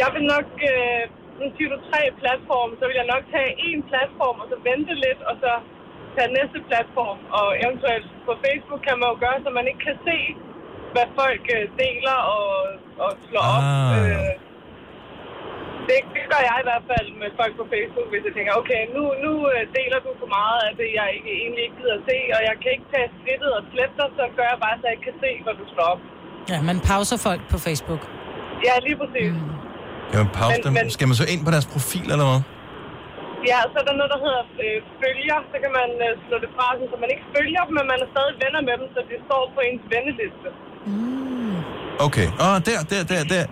Jeg vil nok... Øh, nu siger du tre platforme, så vil jeg nok tage en platform, og så vente lidt, og så tage næste platform. Og eventuelt på Facebook kan man jo gøre, så man ikke kan se, hvad folk øh, deler og, og slår op. Ah. Øh, det, det gør jeg i hvert fald med folk på Facebook, hvis jeg tænker, okay, nu, nu øh, deler du for meget af det, jeg ikke, egentlig ikke gider se, og jeg kan ikke tage skridtet og slette dig, så gør jeg bare, så jeg ikke kan se, hvad du slår op. Ja, man pauser folk på Facebook. Ja, lige præcis. Mm. Kan man pause Men- dem? men- Skal man så ind på deres profil, eller hvad? Ja, så er der noget, der hedder øh, følger. Så kan man øh, slå det fra, sådan, så man ikke følger dem, men man er stadig venner med dem, så det står på ens venneliste. Okay. Åh, oh, der, der, der, der.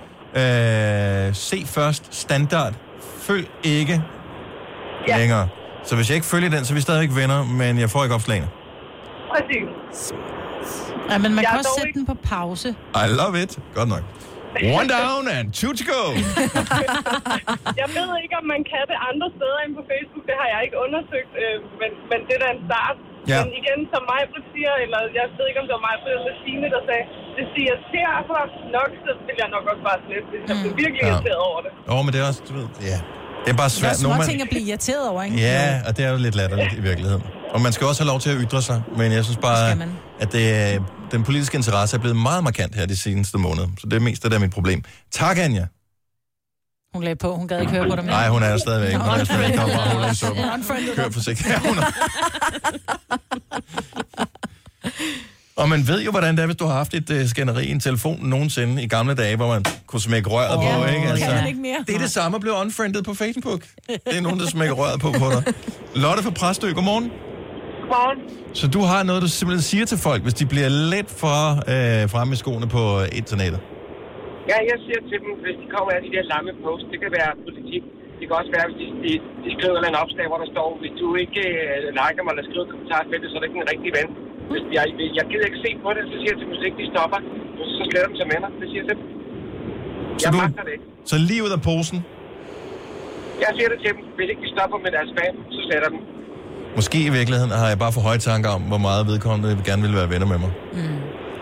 Øh, se først. Standard. Følg ikke ja. Ja. længere. Så hvis jeg ikke følger den, så er vi stadigvæk venner, men jeg får ikke opslagene. Præcis. Ja, men man Jeg kan er også dog sætte ikke- den på pause. I love it. Godt nok. One down and two to go. Jeg ved ikke, om man kan det andre steder end på Facebook. Det har jeg ikke undersøgt, øh, men, men det er da en start. Ja. Men igen, som mig siger, eller jeg ved ikke, om det var mig eller Signe, der sagde, hvis de irriterer sig nok, så vil jeg nok også bare slette, hvis jeg blev virkelig Mm. Ja. irriteret over det. Åh, oh, men det er også, du ved, ja. Det er bare Der er svært. små man- ting at blive irriteret over, ikke? Ja, og det er jo lidt latterligt i virkeligheden. Og man skal også have lov til at ytre sig, men jeg synes bare, Det skal man. at det, er- den politiske interesse er blevet meget markant her de seneste måneder. Så det er mest det, der er mit problem. Tak, Anja. Hun lagde på, hun gad ikke høre på dig mere. Nej, hun er der stadigvæk. Hun er der stadigvæk. Der er bare huller i suppen. Unfriended. Kør forsigtigt. Ja, hun er. Og man ved jo, hvordan det er, hvis du har haft et uh, skænderi i en telefon nogensinde i gamle dage, hvor man kunne smække røret oh, på, Ja, ikke? kan man ikke mere. Det er det samme at blive unfriended på Facebook. Det er nogen, der smækker røret på på dig. Lotte fra Præstø, godmorgen. Morgen. Så du har noget, du simpelthen siger til folk, hvis de bliver lidt for øh, fremme i skoene på øh, internettet? Ja, jeg siger til dem, hvis de kommer af de der lamme posts, det kan være politik. Det kan også være, hvis de, de, de skriver et eller andet opslag, hvor der står, hvis du ikke øh, liker mig eller skriver et kommentar til det, så er det ikke en rigtig ven. Hvis jeg, jeg gider ikke se på det, så siger jeg til dem, hvis ikke de stopper, så sletter de sig med mig. Det siger jeg til dem. Så Jeg du- magter det ikke. Så lige ud af posen. Jeg siger det til dem, hvis ikke de stopper med deres spam, så sletter dem. Måske i virkeligheden har jeg bare for høje tanker om, hvor meget vedkommende gerne vil være venner med mig.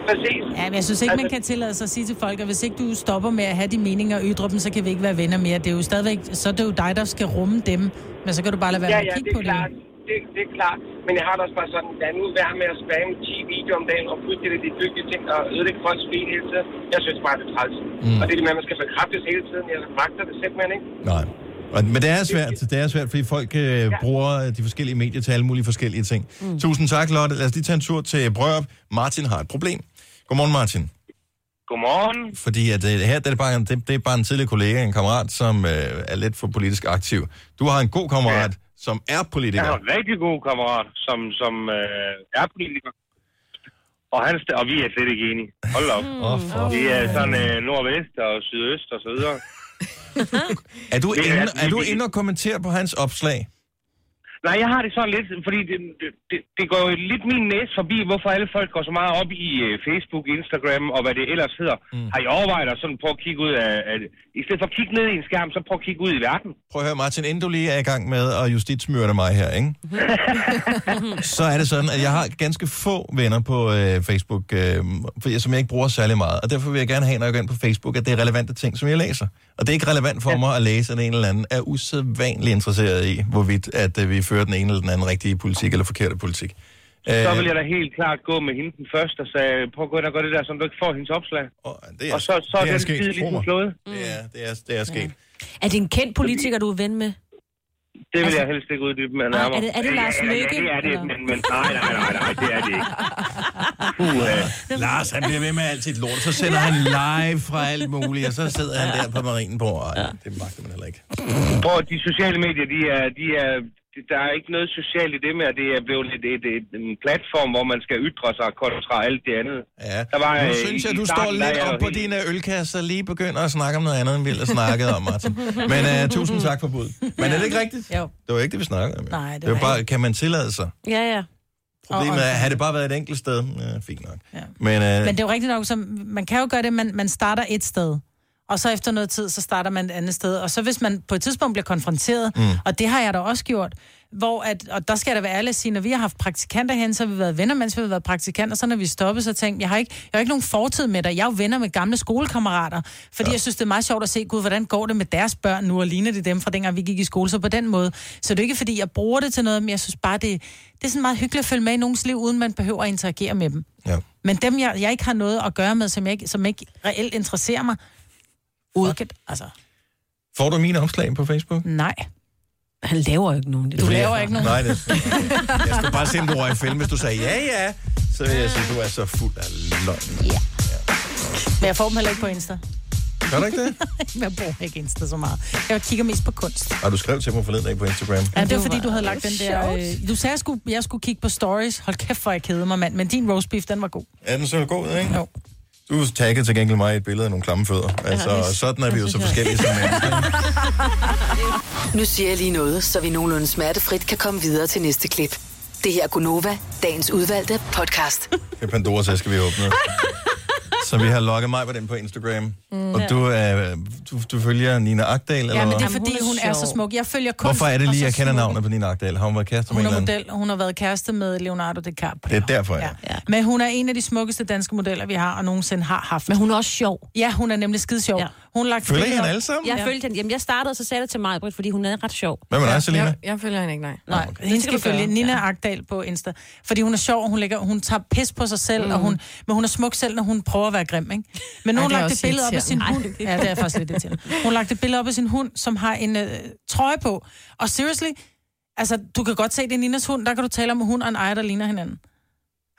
Præcis. Ja, men jeg synes ikke, man kan tillade sig at sige til folk, at hvis ikke du stopper med at have de meninger og ytre dem, så kan vi ikke være venner mere. Det er jo stadigvæk, så er det jo dig, der skal rumme dem, men så kan du bare lade være Ja, med ja, at kigge det på er klart. det. Det, det er klart. Men jeg har det også bare sådan, lad nu være med at spamme 10 videoer om dagen og fuldstændig de dygtige ting og ødelægge folks fri hele tiden. Jeg synes bare, det er træls. Mm. Og det er det med, at man skal bekræftes hele tiden. Jeg magter det simpelthen, ikke? Nej. Og- Men det er svært, det er svært, fordi folk øh, ja. bruger øh, de forskellige medier til alle mulige forskellige ting. Mm. Tusind tak, Lotte. Lad os lige tage en tur til Brørup. Martin har et problem. Godmorgen, Martin. Godmorgen. Fordi at, øh, her det er, bare, en- det, det er bare en tidligere kollega, en kammerat, som øh, er lidt for politisk aktiv. Du har en god kammerat, ja. som er Jeg politiker. har en rigtig god kammerat, som, som øh, er politiker. Og, han, og vi er slet ikke enige. Hold op. Hmm. Åh, for Vi er sådan øh, nordvest og sydøst og så videre. Er du, Det er- altså inde, er du det- inde og kommentere på hans opslag? Nej, jeg har det sådan lidt, fordi det, det- det, det går jo lidt min næse forbi, hvorfor alle folk går så meget op i øh, Facebook, Instagram og hvad det ellers hedder. Hmm. Mm. Har I overvejet at sådan prøve at kigge ud af, af... I stedet for at kigge ned i en skærm, så prøv at kigge ud i verden. Prøv at høre, Martin, inden du lige er i gang med at justitsmyrde mig her, ikke? så er det sådan, at jeg har ganske få venner på øh, Facebook, øh, for jeg, som jeg ikke bruger særlig meget. Og derfor vil jeg gerne have, når jeg går ind på Facebook, at det er relevante ting, som jeg læser. Og det er ikke relevant for mig at læse, at en eller anden er usædvanligt interesseret i, hvorvidt at, øh, vi fører den ene eller den anden rigtige politik eller forkerte politik. Øh, Så vil jeg da helt klart gå med hende den først og sagde, prøv at gå ind og gøre det der, så du ikke får hendes opslag. og, det er, Og så, så er det den sket. tid Tro ligesom mig. slået. Det er, det er, det er sket. Er det en kendt politiker, du er ven med? Det Altså- vil jeg helst ikke uddybe med Ah, nærmere. er det- er det Lars Løkke, Ja, det er det, eller? men, men nej, nej, nej, nej, det er det ikke. Uh, Lars, han bliver ved med alt sit lort, så sender han live fra alt muligt, og så sidder han der på Marienborg. Ej, det magter man heller ikke. Prøv, at de sociale medier, de er, de er, de, der er ikke noget socialt i det med, at det er blevet et, et, et, en platform, hvor man skal ytre sig kontra alt det andet. Ja. Der var, nu øh, synes i- jeg, i du står starten, der lidt er jeg op jo på helt- dine ølkasser, lige begynder at snakke om noget andet, end vi ellers snakkede om, Martin. Men uh, tusind tak for bud. Men er det ikke rigtigt? Jo. Det var ikke det, vi snakkede om. jo. Nej, det var var bare, kan man tillade sig? Ja, ja. Problemet er, unfair. havde det bare været et enkelt sted, ja, fint nok. Ja. Men, uh, Men det er jo rigtigt nok, så man kan jo gøre det, man, man starter et sted. Og så efter noget tid, så starter man et andet sted. Og så hvis man på et tidspunkt bliver konfronteret, mm. og det har jeg da også gjort, hvor at, og der skal jeg da være ærlig at sige, når vi har haft praktikanter hen, så har vi været venner, mens vi har været praktikanter, så når vi stoppede, så tænkte jeg, jeg har ikke, jeg har ikke nogen fortid med dig, jeg er jo venner med gamle skolekammerater, fordi ja. jeg synes, det er meget sjovt at se, gud, hvordan går det med deres børn nu, og ligner det dem fra dengang, vi gik i skole, så på den måde. Så det er ikke, fordi jeg bruger det til noget, men jeg synes bare, det, det er sådan meget hyggeligt at følge med i nogens liv, uden man behøver at interagere med dem. Ja. Men dem, jeg, jeg ikke har noget at gøre med, som, jeg ikke, som ikke reelt interesserer mig, udkæt, altså, Får du mine opslag på Facebook? nej. Han laver jo ikke nogen. Du laver ikke nogen. Nej, det Jeg skulle bare se, om du røg i fælden. Hvis du sagde ja, ja, så vil jeg sige, du er så fuld af løgn. Ja. Men jeg får dem heller ikke på Insta. Gør du ikke det? Men jeg bruger ikke Insta så meget. Jeg kigger mest på kunst. Og du skrev til mig forleden dag på Instagram. Ja, det var fordi, du havde lagt den der... Øh, du sagde, jeg skulle, jeg skulle kigge på stories. Hold kæft, hvor jeg kede mig, mand. Men din roast beef, den var god. Er den så god, ikke? Jo. Du taggede til gengæld mig i et billede af nogle klamme fødder. Altså, det- sådan er vi jo så synes jeg. forskellige som mennesker. Nu siger jeg lige noget, så vi nogenlunde smertefrit kan komme videre til næste klip. Det her er Gunova, dagens udvalgte podcast. Det er Pandoras æske, vi åbner. Så vi har logget mig på den på Instagram. Mm. Mm. Og du, øh, du, du følger Nina Agdal, eller Ja, men det er hvad? fordi, hun er så smuk. Jeg følger kunst. Hvorfor er det og lige, så jeg kender smuk. navnet på Nina Agdal? Har hun været kæreste med en Hun er eller anden? model, og hun har været kæreste med Leonardo DiCaprio. Det er derfor, ja. Ja. Men hun er en af de smukkeste danske modeller, vi har, og nogensinde har haft. Men hun er også sjov. Ja, hun er nemlig skide sjov. Ja. Hun har lagt Følger I billeder- hende alle sammen? Jeg følte hende. Jamen, jeg startede, og så sagde jeg det til mig, Britt, fordi hun er ret sjov. Hvad med dig, Selina? Jeg, jeg følger hende ikke, nej. Nej, okay. hende skal følge Nina ja. Agdal på Insta. Fordi hun er sjov, og hun, lægger, hun tager pis på sig selv, mm. og hun, men hun er smuk selv, når hun prøver at være grim, ikke? Men nu Ej, har hun det er lagt et også billede op af sin hund. irriterende. Ej, det er- Ja, det er faktisk lidt irriterende. Hun har lagt et billede op af sin hund, som har en øh, trøje på. Og seriously, altså, du kan godt se, det er Ninas hund. Der kan du tale om en hund og en ejer, der ligner hinanden.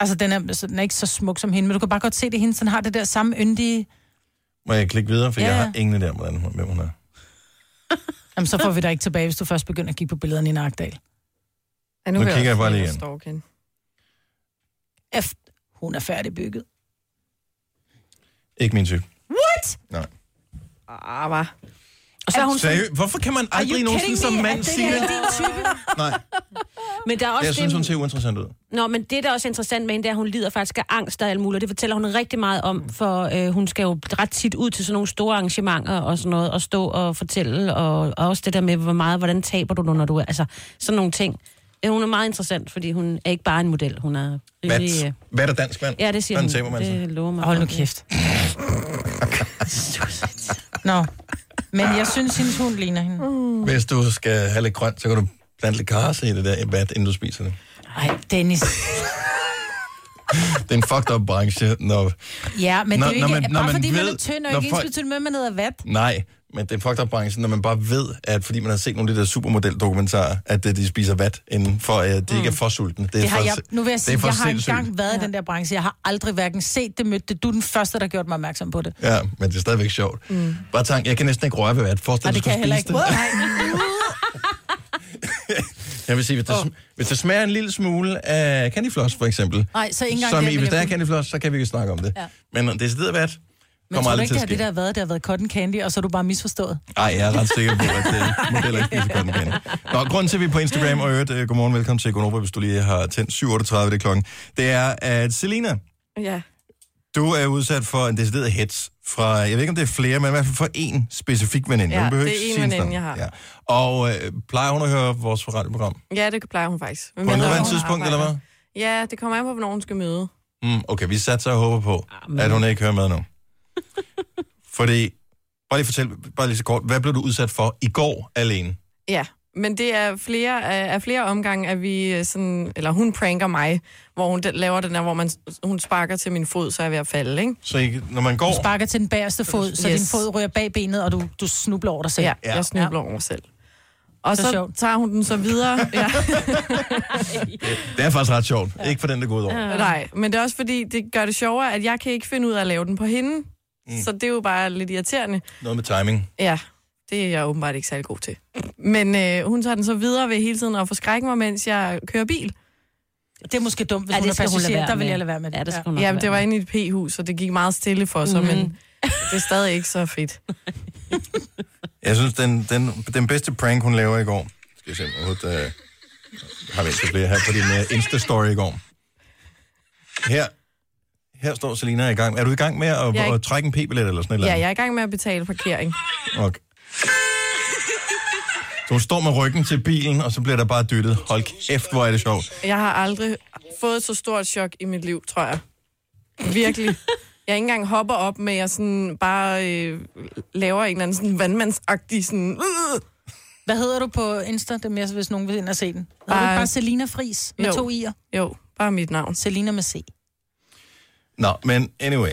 Altså, den er, altså, den er ikke så smuk som hende, men du kan bare godt se, det er hende, sådan har det der samme yndige... Må jeg klikke videre, for ja. Ja. jeg har ingen idé om, hvordan hun- hvem hun er. Jamen, så får vi dig ikke tilbage, hvis du først begynder at kigge på billeder af Nina Agdal. Ja, Nu kan kigger jeg også bare se, lige at ind. stalker hende. F- hun er færdigbygget. Ikke min type. What? Nej. Ah, hvad? Og så er hun Seriøst? Hvorfor kan man Are aldrig you nogensinde kidding som me? mand At det sige her det? er din type? Nej, Men der er også jeg synes, det, hun ser uinteressant ud. Nå, men det, der er også interessant med hende, det er, at hun lider faktisk af angst og alt muligt. og Det fortæller hun rigtig meget om, for øh, hun skal jo ret tit ud til sådan nogle store arrangementer og sådan noget, og stå og fortælle, og, og også det der med, hvor meget, hvordan taber du, når du er, altså sådan nogle ting. Ja, hun er meget interessant, fordi hun er ikke bare en model, hun er rimelig... Hvad, øh, hvad er der dansk mand? Ja, det siger Hvordan hun. taber man sig? Det lover mig. Hold nu kæft. Nå, men jeg synes, hendes hund ligner hende. Mm. Hvis du skal have lidt grønt, så kan du plante lidt karse i det der vat, inden du spiser det. Ej, Dennis. Det er en fucked up branche, når... Ja, men Når- når, det er når jo ikke, man- når bare man fordi man ved- er tynd, og når ikke folk- folk... ens med, at man hedder vat. Nej, men det er en fucked up branche, når man bare ved, at fordi man har set nogle af de der supermodel-dokumentarer, at øh, de spiser vat, inden for at de ikke er for sultne. Mm. Det, det har for, jeg, nu vil jeg det er sige, for jeg har sindssygt. engang været i den der branche. Jeg har aldrig hverken set det, mødt det. Du er den første, der har gjort mig opmærksom på det. Mm. Ja, men det er stadigvæk sjovt. Mm. Bare tank, jeg kan næsten ikke røre ved vat. Forestil Og dig, det du kan jeg skulle heller spise ikke. det. Jeg vil sige, hvis det, sm- hvis det smager en lille smule af candyfloss, for eksempel, Nej, så ikke engang som det i, vil hvis jeg der er kunne- candyfloss, så kan vi ikke snakke om det. Ja. Men det er stedet vat. Men tror Kommer du aldrig ikke, til det at har ske. det, der har været? Det har været cotton candy, og så har du bare misforstået. Nej, jeg er ret sikker på, at uh, modeller ikke spiser cotton candy. Nå, grunden til, at vi er på Instagram og i øvrigt, uh, godmorgen, velkommen til Gonova, hvis du lige har tændt 7.38, det er klokken, det er, at Selina, Ja. du er udsat for en decideret hets fra, jeg ved ikke, om det er flere, men i hvert fald for en specifik veninde. Ja, Hun behøver det er ikke en sige veninde, navn. jeg har. Og øh, plejer hun at høre vores radioprogram? ja, det plejer hun faktisk. Men På mindre, nuværende hun tidspunkt, arbejder. eller hvad? Ja, det kommer an på, hvornår hun skal møde. Mm, okay, vi satser og håber på, at hun ikke hører med nu. Fordi, bare lige fortæl, bare lige så kort, hvad blev du udsat for i går alene? Ja, men det er flere, øh, af af flere omgange, at vi øh, sådan, eller hun pranker mig, hvor hun de- laver den der, hvor man, hun sparker til min fod, så er jeg ved at falde, ikke? Så I, når man går... Du sparker til den bagerste fod, så Yes. din fod rører bag benet, og du, du snubler over dig selv. Ja, jeg snubler over mig selv. Og Så så, så sjovt. tager hun den så videre. Ja. Det er faktisk ret sjovt. Ja. Ikke for den, der går ud over. Øh, Nej, men det er også fordi, det gør det sjovere, at jeg kan ikke finde ud af at lave den på hende. Mm. Så det er jo bare lidt irriterende. Noget med timing. Ja, det er jeg åbenbart ikke særlig god til. Men øh, hun tager den så videre ved hele tiden at forskrække mig, mens jeg kører bil. Det er måske dumt, hvis hun er passager. Der vil jeg lade være med det. Ja, Mhm. det skal hun nok Ja, lade men det være var med. inde i et p-hus, og det gik meget stille for sig, mm. men det er stadig ikke så fedt. Jeg synes, den, den, den bedste prank, hun laver i går... Skal jeg se, om jeg overhovedet, øh, har vi ikke flere her på din øh, Insta-story i går. Her, her står Selina i gang. Er du i gang med at, Jeg er at, ikke- at trække en p-billet eller sådan et eller Ja, andet? jeg er i gang med at betale parkering. Okay. Du står med ryggen til bilen, og så bliver der bare dyttet. Hold kæft, hvor er det sjovt. Jeg har aldrig fået så stort chok i mit liv, tror jeg. Virkelig. Jeg ikke engang hopper op med, at jeg sådan bare øh, laver en eller anden sådan vandmandsagtig sådan... Øh, Hvad hedder du på Insta? Det er mere, hvis nogen vil ind og se den. Bare, Bare- bare, bare Selina Fris med Jo. jo. to i'er. Jo, bare mit navn. Selina med C. Nå, men anyway.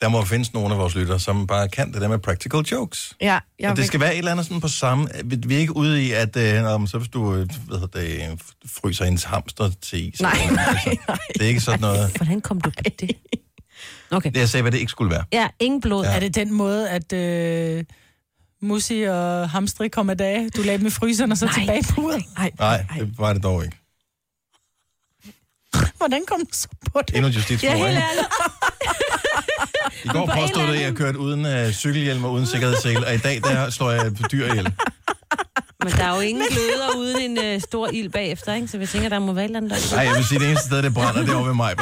Der må findes nogle af vores lytter, som bare kan det der med practical jokes. Ja, Jeg jeg og det skal være et eller andet sådan på samme... Vi vi er ikke ude i, at øh, nå, men så hvis du øh, hvad hedder det, fryser ens hamster til is. Nej, nej, nej. Det er ikke sådan noget... Hvordan kom du på det? Okay. Det jeg sagde, hvad det ikke skulle være. Ja, ingen blod. Ja. Ja. Er det den måde, at øh, Musi og Hamstri kom af dage? Du lagde dem i fryseren og så nej. tilbage i buret? Nej. Nej, det var det dog ikke. Hvordan kom du så på det? Endnu et justitsmord, Ja, helt ikke? ærligt. I går påstod du, at jeg kørte uden øh, cykelhjelm og uden sikkerhedssele, og i dag der slår jeg dyr ihjel. Men der er jo ingen gløder uden en øh, stor ild bagefter, ikke? Så vi tænker, der må være et eller andet. der- Nej, jeg vil sige, det eneste sted, det brænder, det er over ved mig.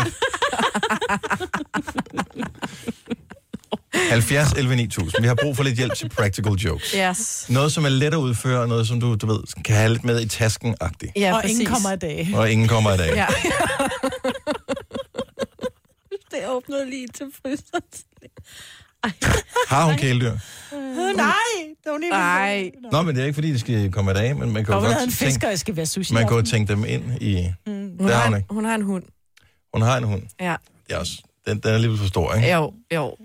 70 11 9000. Vi har brug for lidt hjælp til practical jokes. Yes. Noget, som er let at udføre, og noget, som du, du ved, kan have lidt med i tasken-agtigt. Ja, og ingen præcis. kommer af dage. Og ingen kommer i dag. Ja. Det åbnede lige til fryseren. Har hun kæledyr? Øh, nej, det var lige Nej. Nå, men det er ikke, fordi de skal komme i dag, men man kan Nå, jo hun havde godt en tænke, fisker, jeg skal være sushi. Mm. man kan jo tænke dem ind i... Hun, Det har har hun en, ikke. hun har en hund. Hun har en hund. Ja. Det er også, den, den er lidt for stor, ikke? Jo, jo.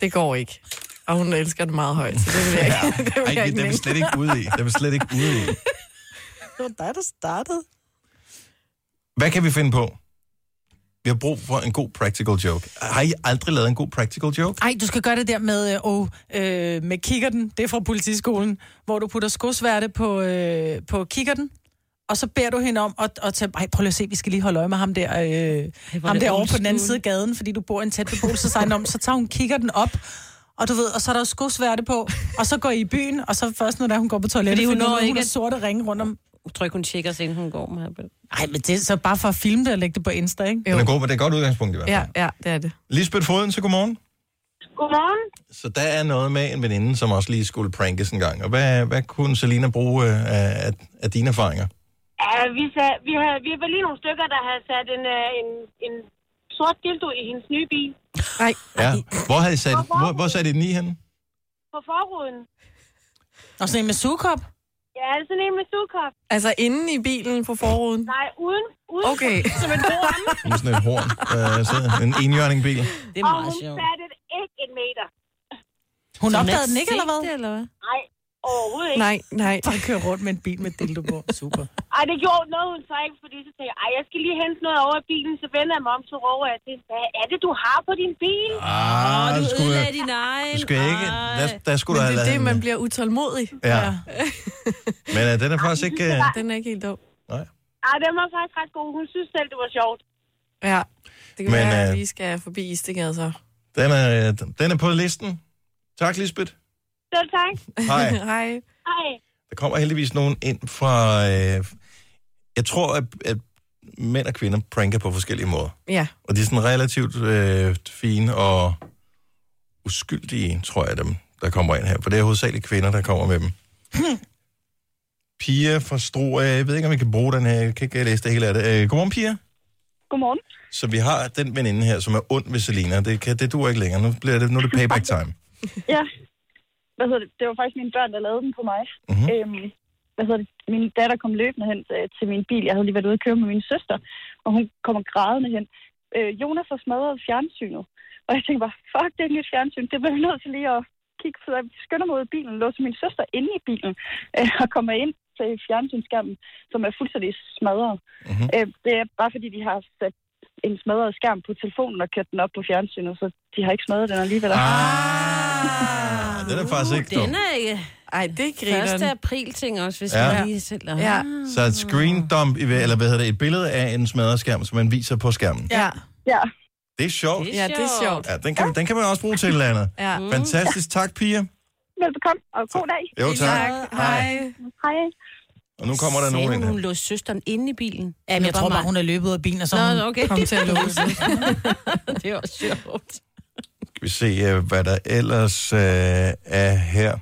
Det går ikke. Og hun elsker det meget højt, så det vil jeg ikke. Det Ej, vil jeg det ikke er vi mene. slet ikke ude i. Det er vi slet ikke ude i. Det var dig, der startede. Hvad kan vi finde på? Vi har brug for en god practical joke. Har I aldrig lavet en god practical joke? Ej, du skal gøre det der med, øh, oh, øh, med kikkerten. Det er fra politiskolen, hvor du putter skosværte på, øh, på kikkerten. Og så beder du hende om at, at tage... Ej, prøv lige at se, vi skal lige holde øje med ham der, øh, ham det der over old på den anden school. side af gaden, fordi du bor i en tæt beboelse om. Så tager hun kikkerten op, og du ved, og så er der jo skosværte på, og så går I i byen, og så først når der, hun går på toilettet, Fordi hun når ikke ikke hun har at- sorte ringe rundt om. Jeg tror ikke, hun tjekker os, inden hun går med Apple. Ej, men det er så bare for at filme det og lægge det på Insta, ikke? Den er god, men det er et godt udgangspunkt i hvert fald. Ja, ja, det er det. Lisbeth Foden, så godmorgen. Godmorgen. Så der er noget med en veninde, som også lige skulle prankes en gang. Og hvad, hvad kunne Selina bruge øh, af, af, af dine erfaringer? Ja, vi, sag, vi, havde, vi var lige nogle stykker, der havde sat en, øh, en, en sort dildo i hendes nye bil Nej, Ja. Hvor, havde I sat, hvor, hvor satte I den i henne? på forruden. Og sådan en med sugekop. Ja, det er sådan en med sugekop. altså inden i bilen på forruden. Nej, uden. uden Okay. Som en horn. I sådan et horn. Øh, så en enhjørningbil. Det er og meget hun sjovt. satte et ikke en meter. Hun opdagede den ikke, eller hvad? Eller hvad? Nej, overhovedet ikke. Nej, nej. Bare kører rundt med en bil med dildo på. Super. Ej, det gjorde noget, hun så ikke, fordi så tænkte jeg, ej, jeg skal lige hente noget over i bilen, så vender jeg mig om, så råber jeg til, hende, hvad er det, du har på din bil? Ah, Åh, du du skulle, ødelagde din egen. du skulle ikke... Der, der skulle du Men have det er lavet det, en- man bliver utålmodig. Ja. Men øh, den er faktisk ikke... Øh, Den er ikke helt dum. nej. Ej, den var faktisk ret god. Hun synes selv, det var sjovt. Ja. Det kan Men, Men, være, øh, at vi skal forbi Istegade så. Den er, øh, den er på listen. Tak, Lisbeth. Selv tak. Hej. Hej. Ej. Der kommer heldigvis nogen ind fra... Øh, jeg tror, at, at mænd og kvinder pranker på forskellige måder. Ja. Og de er sådan relativt øh, fine og uskyldige, tror jeg, dem, der kommer ind her. For det er hovedsageligt kvinder, der kommer med dem. Pia fra Stro, øh, jeg ved ikke, om vi kan bruge den her. Jeg kan ikke læse det hele af det. Øh, godmorgen, Pia. Godmorgen. Så vi har den veninde her, som er ond ved Selina. Det, kan, det duer ikke længere. Nu, bliver det, nu er det payback time. Ja. Hvad hedder det? Det var faktisk mine børn, der lavede den på mig. Mhm. Øhm, hvad hedder det? Min datter kom løbende hen øh, til min bil. Jeg havde lige været ude at køre med min søster, og hun kommer grædende hen. Øh, Jonas har smadret fjernsynet. Og jeg tænkte bare, fuck, det er et nyt fjernsyn. Det bliver jeg nødt til lige at kigge. Så jeg skynder mig ud af bilen, låser min søster inde i bilen, øh, og kommer ind til fjernsynsskærmen, som er fuldstændig smadret. Mhm. Øh, det er bare fordi, de har sat en smadret skærm på telefonen og kørt den op på fjernsynet, så de har ikke smadret den alligevel. Ah, den er faktisk ikke dum. Den er ikke Ej, det er grineren. 1. april ting også, hvis Ja. ja. man lige selv er. Ja. Så et screen dump, i- eller hvad hedder det, et billede af en smadret skærm, som man viser på skærmen. Ja. Ja. Det er sjovt. Ja, det er sjovt. Ja, den kan, den kan man også bruge til et eller andet. Ja. Fantastisk. Tak, Pia. Velbekomme, og god dag. Jo, tak. Hej. Hej. Og nu kommer der nogen Sagde ind hun, hun her. låste søsteren inde i bilen. Ja, men jeg tror bare, hun er løbet ud af bilen, og så er hun Nå, okay. kom til at låse. Det er også sjovt. Skal vi se, øh, hvad der ellers øh, er her.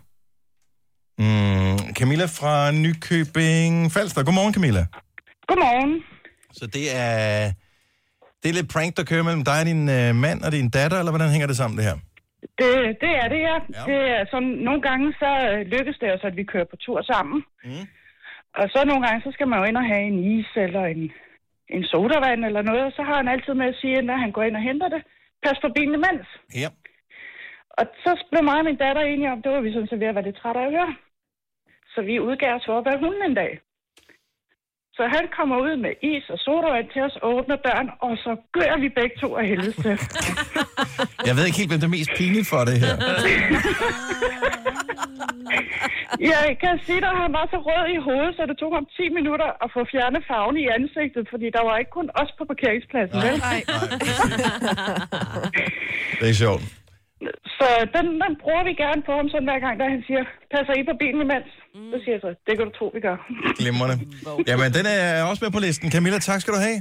Mm, Camilla fra Nykøbing Falster. Godmorgen, Camilla. Godmorgen. Så det er, det er lidt prank, der kører mellem dig, din øh, mand og din datter, eller hvordan hænger det sammen, det her? Det, det er det, ja. ja. Det er sådan, nogle gange så øh, lykkes det også, at vi kører på tur sammen. Mm. Og så nogle gange, så skal man jo ind og have en is eller en, en sodavand eller noget, og så har han altid med at sige, når han går ind og henter det, pas på benene mens. Ja. Og så blev mig og min datter enige om, det var vi sådan set ved at være lidt trætte af at høre. Så vi udgav os for at være hunden en dag. Så han kommer ud med is og sodavand til os, åbner døren, og så gør vi begge to af helvede. til. Jeg ved ikke helt, hvem der er mest pinligt for det her. Jeg kan sige dig, at han var så rød i hovedet, så det tog ham 10 minutter at få fjernet farven i ansigtet, fordi der var ikke kun os på parkeringspladsen. Nej, nej. Det er sjovt. Så den, den bruger vi gerne på ham sådan hver gang, da han siger, passer I på benene mens? Så siger jeg så, det kan du tro, vi gør. Glimrende. Mm, Jamen, den er også med på listen. Camilla, tak skal du have.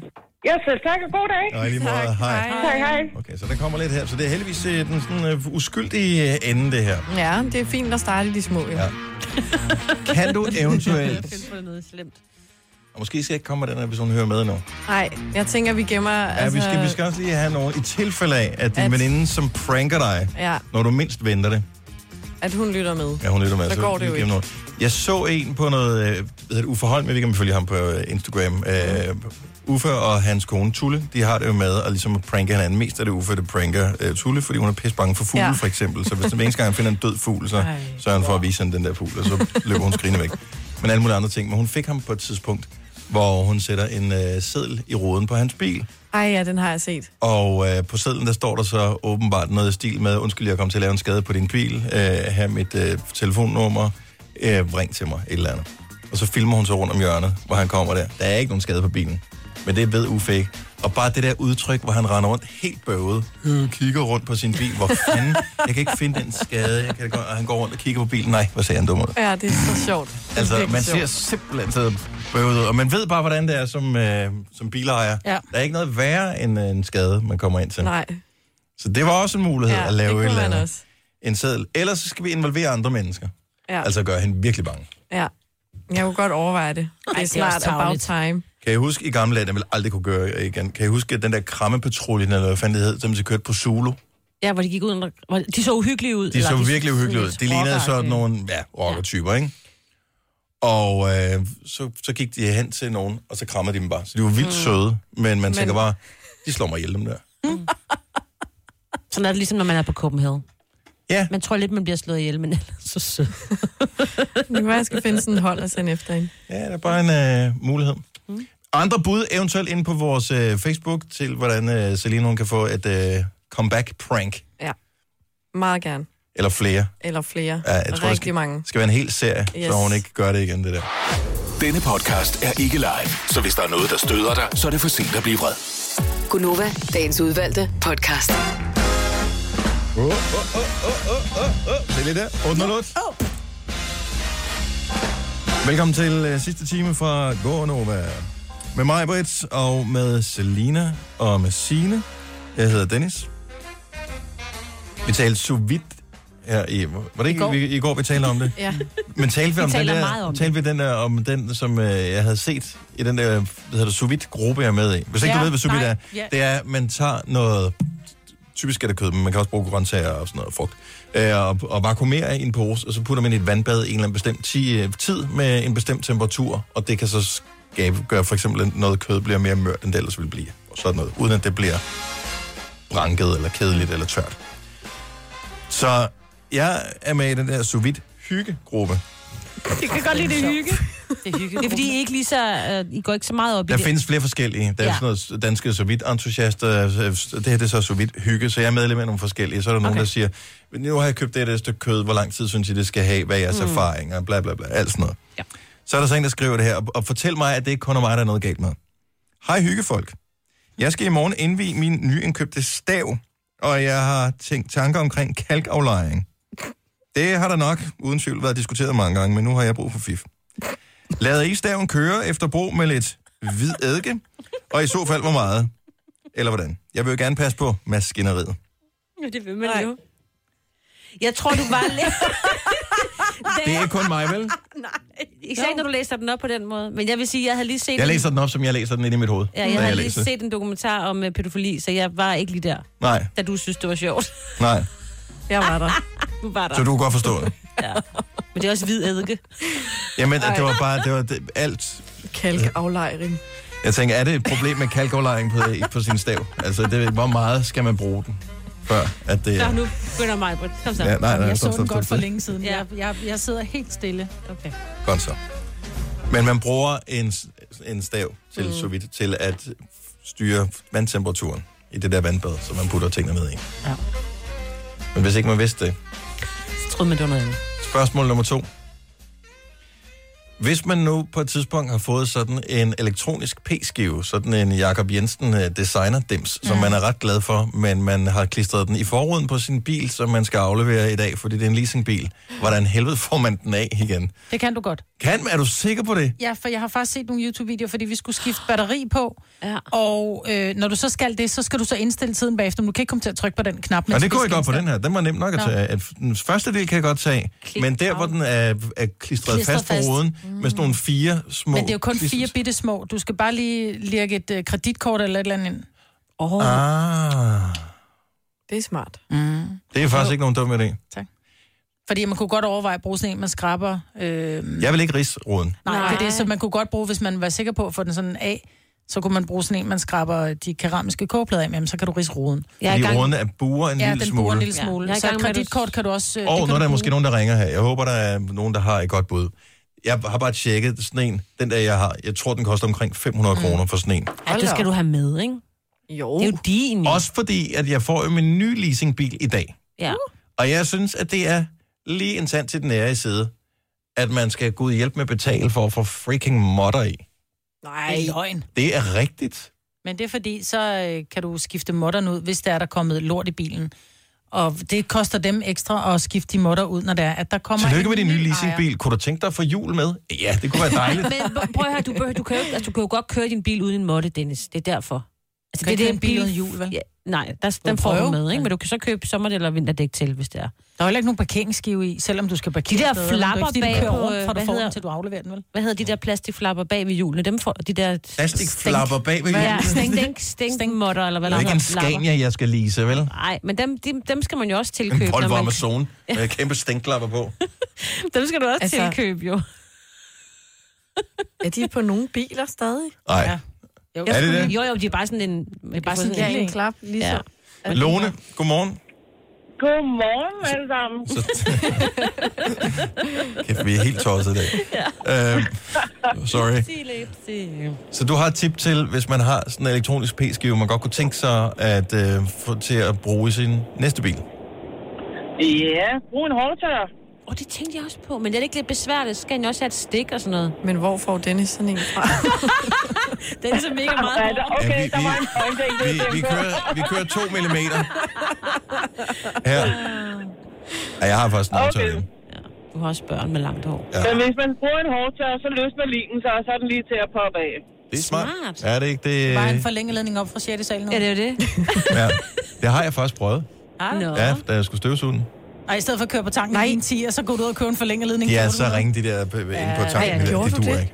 Ja, selv tak og god dag. Nå, i lige måde. Tak. Hej. Hej. Tak, hej. Okay, så der kommer lidt her. Så det er heldigvis øh, den sådan, uh, uskyldige øh, ende, det her. Ja, det er fint at starte i de små, ja. Kan du eventuelt... finde på noget slemt. Og måske skal jeg ikke komme med den her, hvis hun hører med nu. Nej, jeg tænker, vi gemmer... Ja, vi skal, vi skal også lige have nogen. I tilfælde af, at din Altså- At- veninde, som pranker dig, Ja, når du mindst venter det, at hun lytter med. Ja, hun lytter med. altså. Så går det jo igennem ikke. noget. Jeg så en på noget, øh, hvad hedder Uffe Holm, jeg ved ikke, om I følger ham på øh, Instagram. Øh, Uffe og hans kone Tulle, de har det jo med at ligesom at pranke hinanden. Mest er det Uffe, der pranker øh, Tulle, fordi hun er pisse bange for fugle, Ja. ja. for eksempel. Så hvis den eneste gang, han finder en død fugl, så sørger han for at vise hende den der fugl, og så løber hun skrigende væk. Men alle mulige andre ting. Men hun fik ham på et tidspunkt, hvor hun sætter en øh, seddel i roden på hans bil. Ej, ja, den har jeg set. Og øh, på sedlen, der står der så åbenbart noget i stil med, undskyld, jeg kom til at lave en skade på din bil, øh, her mit øh, telefonnummer, øh, ring til mig, et eller andet. Og så filmer hun så rundt om hjørnet, hvor han kommer der. Der er ikke nogen skade på bilen, men det ved Uffe ikke. Og bare det der udtryk, hvor han render rundt helt bøvet, øh, kigger rundt på sin bil, hvor fanden, jeg kan ikke finde den skade, jeg kan ikke, og han går rundt og kigger på bilen, nej, hvor ser han dum ud. Ja, det er så sjovt. Det er Altså, virkelig man sjovt. ser simpelthen så bøvet ud, og man ved bare, hvordan det er som, øh, som bilejer. Ja. Der er ikke noget værre end øh, en skade, man kommer ind til. Nej, Så det var også en mulighed Ja, at lave et det kunne eller man andet. også. En seddel. Ellers så skal vi involvere andre mennesker. ja. Altså gøre hende virkelig bange. ja. Jeg kunne godt overveje det. Det er snart about time. Kan I huske i gamle dage, den vil aldrig kunne gøre igen. Kan I huske den der krammepatrulje, eller hvad fanden det hed, som de kørte på Zulu? Ja, hvor de gik ud. og- hvor- De så uhyggelige ud. De så virkelig uhyggelige ud. De lignede sådan nogle ja, rockertyper, ikke? Og øh, så, så gik de hen til nogen, og så krammede de dem bare. Så de var vildt Mm. mm. søde, men man Men- tænker bare, de slår mig ihjel, dem der. Sådan er det ligesom, når man er på Copenhagen. Ja. Man tror lidt, man bliver slået ihjel, men ellers så sød. Det kan være, jeg skal finde sådan en hold at sende efter hende. Ja, det er bare en øh, mulighed. Mm. Andre bud eventuelt ind på vores øh, Facebook til, hvordan øh, Selina hun kan få et øh, comeback-prank, Ja. Meget gerne. eller flere. Eller flere. Ja, jeg tror, Rigtig det skal, mange. skal være en hel serie, yes. Yes. så hun ikke gør det igen, det der. Denne podcast er ikke live, så hvis der er noget, der støder dig, så er det for sent at blive vred. Gunova, dagens udvalgte podcast. Åh, åh, åh, åh, åh, åh, åh. Se lige der. 808. Velkommen til øh, sidste time fra Gårdnova. Med mig, Brits, og med Selina og med Sine. Jeg hedder Dennis. Vi talte sous vide her i... Var det ikke i går, vi, i går, vi talte om det? Ja. Men talte vi Vi om, den taler der, meget om det. talte vi den der, om den, som øh, jeg havde set i den der, hvad hedder det, sous vide gruppe, jeg er med i. Hvis ikke Ja, du ved, hvad sous vide nej, er, ja. det er, at man tager noget, typisk er det kød, men man kan også bruge grøntsager og sådan noget frugt, øh, og, og vakuumere i en pose, og så putter man i et vandbad i en eller anden bestemt ti, øh, tid med en bestemt temperatur, og det kan så skabe, gøre for eksempel, at noget kød bliver mere mørt, end det ellers ville blive, og sådan noget, uden at det bliver branket, eller kedeligt, eller tørt. Så jeg er med i den der sous vide hyggegruppe, Det kan godt lide det hygge. Det er, hygge. det er fordi, I, ikke lige så, øh, uh, I går ikke så meget op i Der det. findes flere forskellige. Der er Ja. ja. sådan noget danske sous vide entusiaster, øh, det her det er så sous vide hygge, så jeg er medlem af nogle forskellige. Så er der nogen, Okay. der siger, nu har jeg købt det der stykke kød, hvor lang tid synes I, det skal have, hvad er jeres Mm. mm. erfaringer, bla bla bla, alt sådan noget. Ja. Så er der så en, der skriver det her, og, og fortæl mig, at det ikke kun er mig, der er noget galt med. Hej hyggefolk. Jeg skal i morgen indvige min nyindkøbte stav, og jeg har tænkt tanker omkring kalkaflejring. Det har der nok uden tvivl været diskuteret mange gange, men nu har jeg brug for fif. Lad I staven køre efter brug med lidt hvid eddike, og i så fald hvor meget? Eller hvordan? Jeg vil jo gerne passe på maskineriet. Ja, det vil man jo. Jeg tror, du var lidt... Det er ikke kun mig, vel? Især ikke, når du læser den op på den måde. Men jeg vil sige, jeg havde lige set... Jeg en- læser den op, som jeg læser den inde i mit hoved. Ja, da jeg havde lige læser. set en dokumentar om øh, pædofili, så jeg var ikke lige der, Nej, da du synes, det var sjovt. nej. Jeg var der. Du var der. Så du kan godt forstå det. Men det er også hvid eddike. Jamen, det Ej. var bare det var det, alt. Kalkaflejring. Jeg tænker, er det et problem med kalkaflejring på, på sin stav? Altså, det, hvor meget skal man bruge den, før at det... Så nu begynder mig, Britt. Kom så. Ja, nej, nej, jeg stop, så stop, den stop, godt for stop. længe siden. Jeg, jeg, jeg sidder helt stille. Okay. Godt så. Men man bruger en, en stav til, mm. sous vide, til at styre vandtemperaturen i det der vandbad, som man putter tingene ned i. Ja. Men hvis ikke man vidste det, Så troede man, det var noget andet. Spørgsmål nummer to. Hvis man nu på et tidspunkt har fået sådan en elektronisk p-skive, sådan en Jakob Jensen øh, designer-dims, som man er ret glad for, men man har klistret den i forruden på sin bil, som man skal aflevere i dag, fordi det er en leasingbil. Hvordan helvede får man den af igen? Det kan du godt. Kan, er du sikker på det? Ja, for jeg har faktisk set nogle YouTube-videoer, fordi vi skulle skifte batteri på. Ja. Og øh, når du så skal det, så skal du så indstille tiden bagefter. Men du kan ikke komme til at trykke på den knap. Og mens det vi kunne jeg skal godt på indstille- den her. Den var nem nok at Nå. tage. af. Den første del kan jeg godt tage, men der, hvor den er, er klistret Klistret fast på fast. Mm. ruden, med sådan nogle fire små... Men det er jo kun klist- fire bitte små. Du skal bare lige lirke et øh, kreditkort eller et eller andet ind. Oh. Ah, Det er smart. Mm. det er faktisk ikke nogen dum idé. Fordi man kunne godt overveje at bruge sådan en, man skraber. Øh, Jeg vil ikke ridse ruden. Nej, Nej. Det er det, så man kunne godt bruge, hvis man var sikker på at få den sådan af, så kunne man bruge sådan en, man skraber de keramiske kogeplader af med, men så kan du rise ruden. Fordi ruden er buer en ja, lille den smule. bruger en lille smule. Ja, Ja, jeg er i så gang et med, at du- kreditkort kan du også... øh, det Og kan nu er du der bruge. måske nogen, der ringer her. Jeg håber, der er nogen, der har et godt bud. Jeg har bare tjekket sådan en, den der jeg har. Jeg tror, den koster omkring 500 Mm. kroner for sådan en. Ja, det skal du have med, ikke? Jo. Det er jo din. Også fordi, at jeg får jo min nye leasingbil i dag. Ja. Og jeg synes, at det er lige en tand til den ære i side, at man skal gå ud og hjælpe med at betale for at få freaking modder i. Nej. Det er løgn. Det er rigtigt. Men det er fordi, så øh, kan du skifte modderen ud, hvis der er der er kommet lort i bilen. Og det koster dem ekstra at skifte de modder ud, når der er, at der kommer... Tillykke med en din nye ny leasingbil. Kunne du tænke dig at få jul med? Ja, det kunne være dejligt. Men pr- prøv at høre, du, behøver, du, kan jo, ikke- altså, du kan jo godt køre din bil uden en måtte, Dennis. Det er derfor. Altså, Kan ikke køre en bil uden hjul, vel? Ja, nej, der, den får prøve. du med, ikke? Men du kan så købe sommer- eller vinterdæk til, hvis det er. Der er heller ikke nogen parkeringsskive i, selvom du skal parkere. De der steder. Det er flapper ikke, fordi bag du kører på, rundt, øh, fra du hvad får hedder- dem, til du afleverer den, vel? Hvad hedder de der plastikflapper bag ved hjulene? Dem får de der... Plastikflapper bag ved Ja, hjulene? stænk, stænk, stænk, stænk motter, eller hvad Det er ikke en hedder. Lapper. Scania, jeg skal lease, vel? Nej, men dem, de, dem skal man jo også tilkøbe. En når Volvo man- Amazon med kæmpe stænklapper på. Dem skal du også Altså- altså... tilkøbe, jo. Er de på nogle biler stadig? Nej. Ja. Jo, Er det det? jo, jo, de er bare sådan en... De er Bare sådan, ja, en klap, lige så. Ja. Lone, godmorgen. Godmorgen alle sammen. Kæft, vi er helt tosset i dag. Ja. Øhm, sorry. Så du har et tip til, hvis man har sådan en elektronisk p-skive, man godt kunne tænke sig at øh, få til at bruge i sin næste bil. Ja, brug en hårdtørrer. Åh, det tænkte jeg også på, men det er ikke lidt besværligt. Så skal den jo også have et stik og sådan noget. Men hvor får Dennis sådan en fra? Den er så mega meget Alright, hård. okay, Ja, vi- der var vi- en pointe. ikke? Vi, vi, kører, vi kører 2 mm. Her. Ja, jeg har faktisk en Okay. aftale. Okay. Du har også børn med langt hår. Ja. Men hvis man bruger en hårdtørrer, så løsner linen sig, og så er den lige til at poppe af. Det er smart. Smart. Er det ikke det? Bare en forlængeledning op fra 6. salen. Ja, det er jo det. Ja. Det har jeg faktisk prøvet. Nå. Ja, da jeg skulle støvsuge den. Og Ah. i stedet for at køre på tanken Nej. i en 10, og så går du ud og køber en forlængeledning. De er for så 800. ringe, de der p- inde på Ja, tanken. ja, der. gjorde det du duer det? ikke.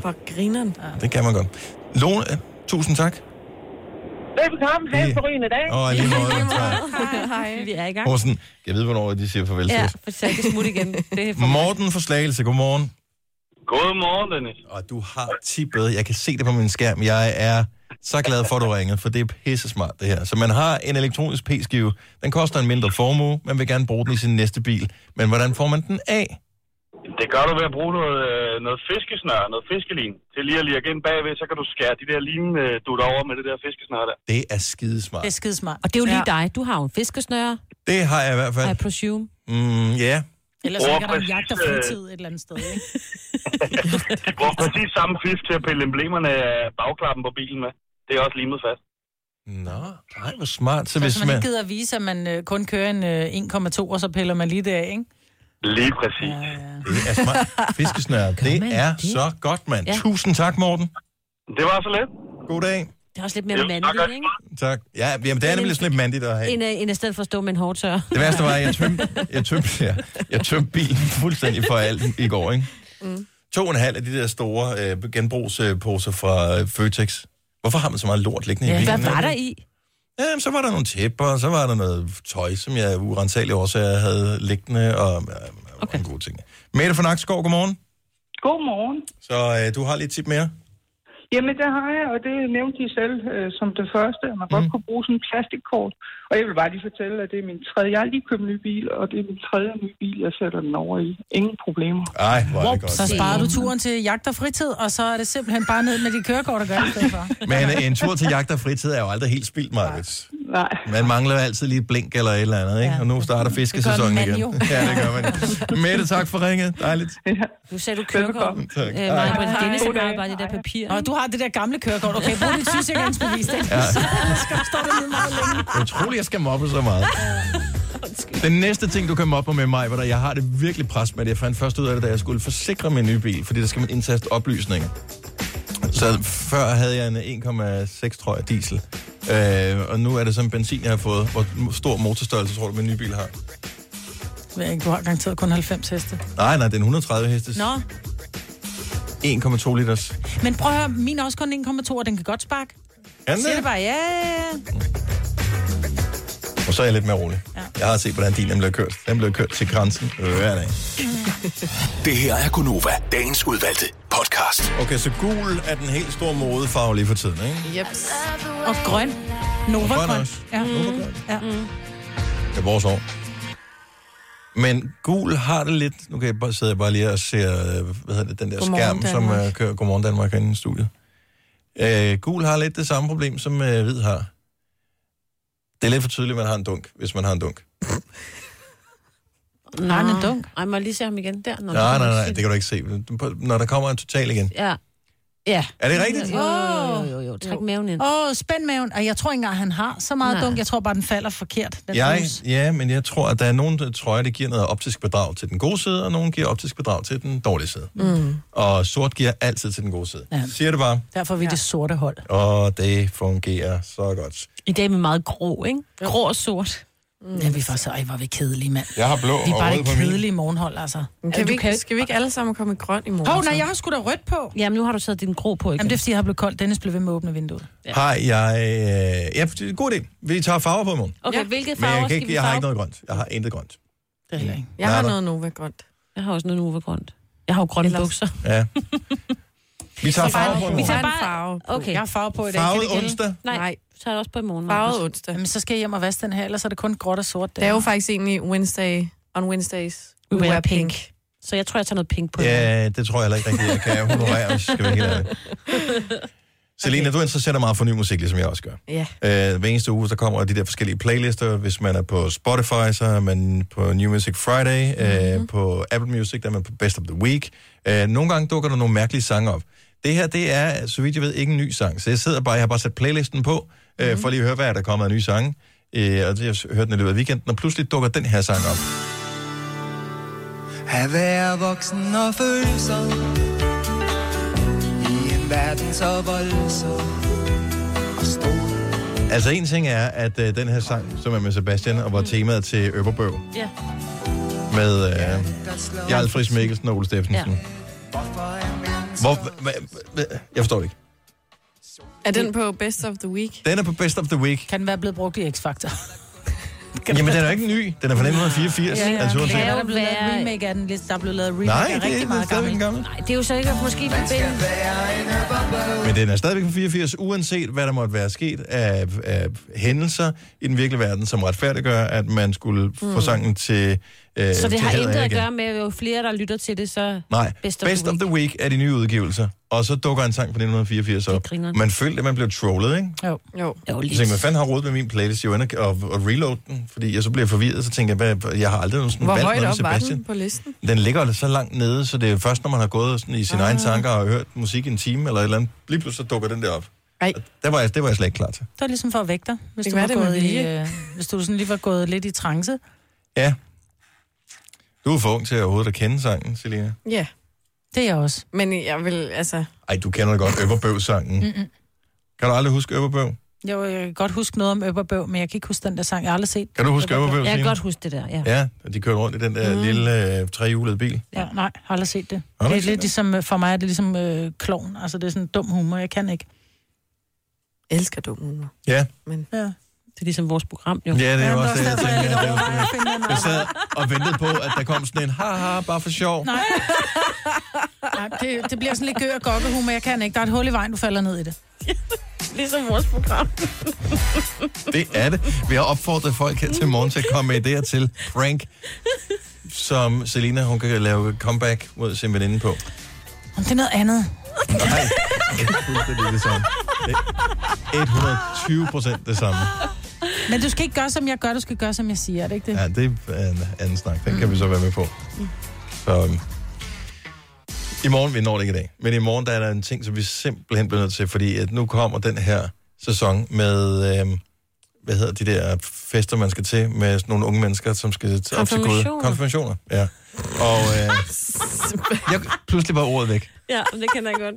Hvor grineren. Det kan man godt. Lone, øh, tusind tak. Velbekomme. Ha' en Det- forrygende dag. Og lige måde, tak. Hej, hej. Vi er i gang. Hun var sådan, jeg ved, hvornår de siger farvel til Ja, os. for så jeg kan smutte igen. Det er for Morten fra Slagelse, godmorgen. Godmorgen, Dennis. Og du har tippet, jeg kan se det på min skærm. Jeg er så glad for, at du ringede, for det er pisse smart det her. Så man har en elektronisk p-skive, den koster en mindre formue, man vil gerne bruge den i sin næste bil. Men hvordan får man den af? Det gør du ved at bruge noget, øh, noget fiskesnør, noget fiskelin. Til lige at lirke ind bagved, så kan du skære de der line øh, dutter over med det der fiskesnør der. Det er skidesmart. Det er skidesmart. Og det er jo lige dig. Du har jo en fiskesnøre, Det har jeg i hvert I fald. presume. Mm, ja, Ellers så Åh, ligger der en jagt og præcis, øh. fritid et eller andet sted, ikke? De bruger præcis samme fif til at pille emblemerne af bagklappen på bilen med. Det er også limet fast. Nå, nej, hvor smart. Så Så hvis hvis man man... ikke gider at vise, at man øh, kun kører en øh, 1,2, og så piller man lige der, ikke? Lige præcis. Det er smart. Fiskesnør, det man er det? så godt, mand. Ja. Tusind tak, Morten. Det var så let. God dag. Det er også lidt mere Jo, tak, mandigt, ikke? Tak. Ja, jamen, det er nemlig sådan lidt mandigt at have. End, øh, end i stedet for at stå med en hårdtør. Det værste var, at jeg tømte, jeg tømte, ja, jeg tømte bilen fuldstændig for alt i går, ikke? Mm. To og en halv af de der store øh, genbrugsposer fra øh, Føtex. Hvorfor har man så meget lort liggende i Ja. bilen? Hvad var der i? Ja, jamen, så var der nogle tæpper, og så var der noget tøj, som jeg af urensagelige årsager havde liggende, og øh, okay. gode ting. Mette fra Nakskov, godmorgen. Godmorgen. Så øh, du har lidt tip mere? Jamen, det har jeg, og det nævnte I selv øh, som det første, at man mm. godt kunne bruge sådan en plastikkort. Og jeg vil bare lige fortælle, at det er min tredje. Jeg har lige købt en ny bil, og det er min tredje nye bil, jeg sætter den over i. Ingen problemer. Ej, hvor er det Wup, godt. så sparer du turen til jagt og fritid, og så er det simpelthen bare ned med dit kørekort at gøre det i stedet for. Men øh, en tur til jagt og fritid er jo aldrig helt spildt, Marvits. Nej. Man mangler jo altid lige et blink eller et eller andet, ikke? Og nu starter fiskesæsonen man igen. jo. Ja, det gør man. jo. Mette, tak for ringet. Dejligt. Nu sagde du kørekort. Tak. Øh, Maja, på Hej. Dennis God dag. har bare det der papir. Og du har det der gamle kørekort. Okay, brug dit sygesikringsbevis. Det Ja. ja. står der nede meget længe. Jeg tror, jeg skal mobbe så meget. Den næste ting, du kan mobbe mig med mig, var der, jeg har det virkelig pres med det. Jeg fandt først ud af det, da jeg skulle forsikre min nye bil, fordi der skal man indtaste oplysninger. Så før havde jeg en 1,6 tror jeg, diesel. Øh, og nu er det sådan en benzin, jeg har fået. Hvor stor motorstørrelse tror du, min nye bil har? Jeg ved ikke, Du har garanteret kun 90 heste. Nej, nej, det er en 130 hestes. Nå, 1,2 liters. men prøv at høre, min er også kun 1,2, og den kan godt sparke. Er den Siger det? det bare, ja. Og så er jeg lidt mere rolig. Ja. Jeg har set, hvordan bilen blev kørt. Den blev kørt til grænsen hver dag. Det her er Gunova, dagens udvalgte podcast. Okay, så gul er den helt store modefarve lige for tiden, ikke? Yep. Og grøn. Nova Og grøn grøn. også. Ja. Nova-grøn. Ja. Det er vores år. Men gul har det lidt... Nu kan jeg bare sidde bare lige og se øh, hvad hedder det, den der Godmorgen, skærm, som Danmark. øh, kører Godmorgen Danmark herinde i studiet. Øh, gul har lidt det samme problem, som øh, hvid har. Det er lidt for tydeligt, at man har en dunk, hvis man har en dunk. Nå, han er dunk. Ej, må jeg lige se ham igen der? Nå, nej, nej, nej, det kan du ikke se. Når der kommer en total igen. Ja. Ja. Er det rigtigt? Jo, jo, jo, jo, jo. Træk maven ind. Åh, oh, spænd maven. Og jeg tror ikke engang, han har så meget Nej. dunk. Jeg tror bare, den falder forkert. Den Jeg, bluse. ja, men jeg tror, at der er nogen der trøjer, der giver noget optisk bedrag til den gode side, og nogen giver optisk bedrag til den dårlige side. Mm. Og sort giver altid til den gode side. Ja. Ja. Siger det bare. Derfor er vi ja. det sorte hold. Og det fungerer så godt. I dag er vi meget grå, ikke? Grå og sort. Mm. Ja, vi var så, ej, var vi kedelige, mand. Jeg har blå Vi er og bare rød det på min. kedelige morgenhold, altså. Men Ja, Kan vi, du ikke, skal vi ikke alle sammen komme i grøn i morgen? Hov, nej, så? jeg har sgu da rødt på. Jamen, nu har du taget din grå på igen. Jamen, det er fordi, jeg har blevet koldt. Dennis blev ved med at åbne vinduet. Ja. Har jeg... Øh, ja, det er en god idé. Vi tager farver på i morgen. Okay, hvilke Men farver jeg, kan skal ikke, vi jeg har farve? ikke noget grønt. Jeg har intet grønt. Det er ikke. Jeg har Nej, nej. Nova grønt. Jeg har også noget Nova grønt. Jeg har jo grønne Ellers. bukser. Ja. Vi tager farver på i Vi tager morgen. bare... farve på. Okay. Jeg har farve på i dag. Farvet Kan det gælde? onsdag. Nej, du tager det også på i morgen. Farvet Markus. onsdag. Jamen, så skal jeg hjem og vaske den her, ellers er det kun gråt og sort. Det er jo faktisk egentlig Wednesday, on Wednesdays. We wear pink. Så jeg tror, jeg tager noget pink på. Ja, det tror jeg heller ikke rigtigt, jeg kan honorere, hvis jeg skal være helt ærlig. Selina, du interesserer dig meget for ny musik, ligesom jeg også gør. Ja. Øh, hver eneste uge, der kommer de der forskellige playlister. Hvis man er på Spotify, så er man på New Music Friday. Mm-hmm. Øh, på Apple Music, der er man på Best of the Week. Øh, nogle gange dukker der nogle mærkelige sange op. Det her, det er, så vidt jeg ved, ikke en ny sang. Så jeg sidder bare, jeg har bare sat playlisten på, øh, for lige at høre, hvad er der kommer af nye sange. Øh, og det, jeg hørte den i løbet af weekenden, og pludselig dukker den her sang op. At være voksen og følelser I en verden så voldsom Og stor Altså, en ting er, at øh, den her sang, som er med Sebastian, og var temaet til Øpperbøv, Ja. med øh, Jarl Friis Mikkelsen og Ole Steffensen. Ja. Hvor, hva- hva- hva- jeg forstår det ikke. Er den på Best of the Week? Den er på Best of the Week. Kan den være blevet brugt i X-Factor? Jamen, den er jo ikke ny. Den er fra 1984. Ja, ja. Altså, det uanset. kan jo Der er blevet lavet være... remake af den, der er blevet lavet remake Nej, af det er rigtig ikke meget stadigvæk gammel. gammel. Nej, det er jo så ikke måske i forbindelse. Men den er stadigvæk fra 84, uanset hvad der måtte være sket af, af hændelser i den virkelige verden, som retfærdiggør, at man skulle få Mm. sangen til øh, Så det til har hæder intet at igen. gøre med, at jo flere, der lytter til det, så... Nej, Best Best, of of, the Best the of the Week er de nye udgivelser. Og så dukker en sang fra 1984 op. grineren. Man følte, at man blev trollet, ikke? Jo. Jo. jo Jeg tænkte, hvad fanden har rådet med min playlist? Jeg var inde og, og reload den, fordi jeg så blev forvirret, så tænkte jeg, hvad, jeg har aldrig nogensinde Hvor valgt højt noget med op var Sebastian. den på listen? Den ligger så langt nede, så det er først, når man har gået sådan i sine ah. egne tanker og hørt musik i en time eller et eller andet, lige pludselig så dukker den der op. Ej. Der var jeg, det var jeg slet ikke klar til. Det var ligesom for at vække dig, hvis, Det du kan var, være, det var gået i, vilje. øh, hvis du sådan lige var gået lidt i trance. Ja. Du er for ung til overhovedet at kende sangen, Selina. Ja. Det er jeg også. Men jeg vil, altså... Mm. Ej, du kender godt Øpperbøv-sangen. Mm-mm. Kan du aldrig huske Øpperbøv? Jo, jeg kan godt huske noget om Øpperbøv, men jeg kan ikke huske den der sang. Jeg har aldrig set Kan du huske Øpperbøv, Jeg kan Signe? godt huske det der, ja. Ja, og de kørte rundt i den der mm. lille øh, trehjulede bil. Ja, nej, har aldrig set det. Har du det er ikke set lidt det? ligesom, øh, for mig er det ligesom øh, klovn. Altså, det er sådan dum humor, jeg kan ikke. Jeg elsker dum humor. Ja. Men... Ja. Det er ligesom vores program, jo. Ja, det er jo men også det, jeg derfor, tænker. lidt Det er jo overvejer at sådan, finde en Jeg sad og ventede på, at der kom sådan en haha, bare for sjov. Nej. Nej det, det bliver sådan lidt gø og gokkehumor, jeg kan ikke. Der er et hul i vejen, du falder ned i det. ligesom vores program. Det er det. Vi har opfordret folk her til morgen til at komme med idéer til prank, som Selina, hun kan lave comeback mod sin veninde på. Om det er noget andet. Nej, det er fuldstændig det samme. Det er 120 procent det samme. Men du skal ikke gøre, som jeg gør, du skal gøre, som jeg siger, er det ikke det? Ja, det er en anden snak. Den kan vi så være med på. Så, øhm, I morgen, vi når det ikke i dag, men i morgen der er der en ting, som vi simpelthen bliver nødt til, fordi at nu kommer den her sæson med, øhm, hvad hedder de der fester, man skal til, med sådan nogle unge mennesker, som skal op til gode. Konfirmationer. Konfirmationer. Ja. Og øh, jeg, pludselig var ordet væk. ja, men det kender jeg godt.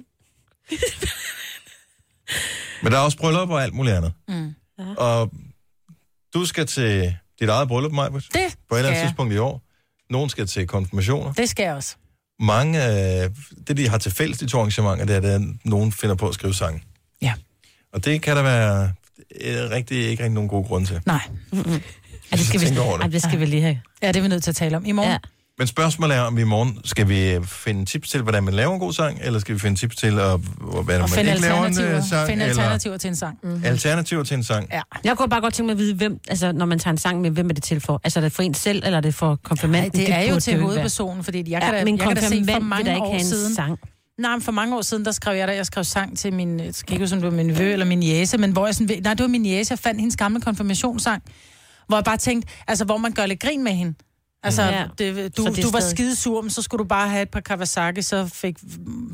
Men der er også bryllup og alt muligt andet. Mm. Og du skal til dit eget bryllup, Majbert. Det På skal et eller andet jeg. tidspunkt i år. Nogen skal til konfirmationer. Det skal jeg også. Mange af det, de har til fælles, de to arrangementer, det er, at nogen finder på at skrive sange. Ja. Og det kan der være øh, rigtig, ikke rigtig nogen gode grunde til. Nej. Ja, det skal vi- Tænk over det. Ej, det skal vi lige have. Ja, det er vi nødt til at tale om i morgen. Ja. Men spørgsmålet er, om vi i morgen skal vi øh, finde tips til, hvordan man laver en god sang, eller skal vi finde tips til, at, hvad Og man finde ikke laver en alternativer, øh, sang, finde eller alternativer til en sang. Mm. alternativer til en sang. Ja. Jeg kunne bare godt tænke mig at vide, hvem, altså, når man tager en sang med, hvem er det til for? Altså, er det for en selv, eller er det for konfirmanden? Nej, det er jo burde til det ikke hovedpersonen, fordi jeg kan, Ja, da, men jeg kan da se for konfirmand mange vil da ikke år have en siden. sang. Nej, men for mange år siden, der skrev jeg der, jeg skrev sang til min, jeg kan ikke huske, om det var min vø eller min jæse, men hvor jeg sådan, ved- nej, det var min jæse, jeg fandt hendes gamle konfirmationssang, hvor jeg bare tænkte, altså, hvor man gør lidt grin med hende. Altså, Ja. ja. det, Så du, det er det du var stadig- skide sur, men så skulle du bare have et par Kawasaki, så fik,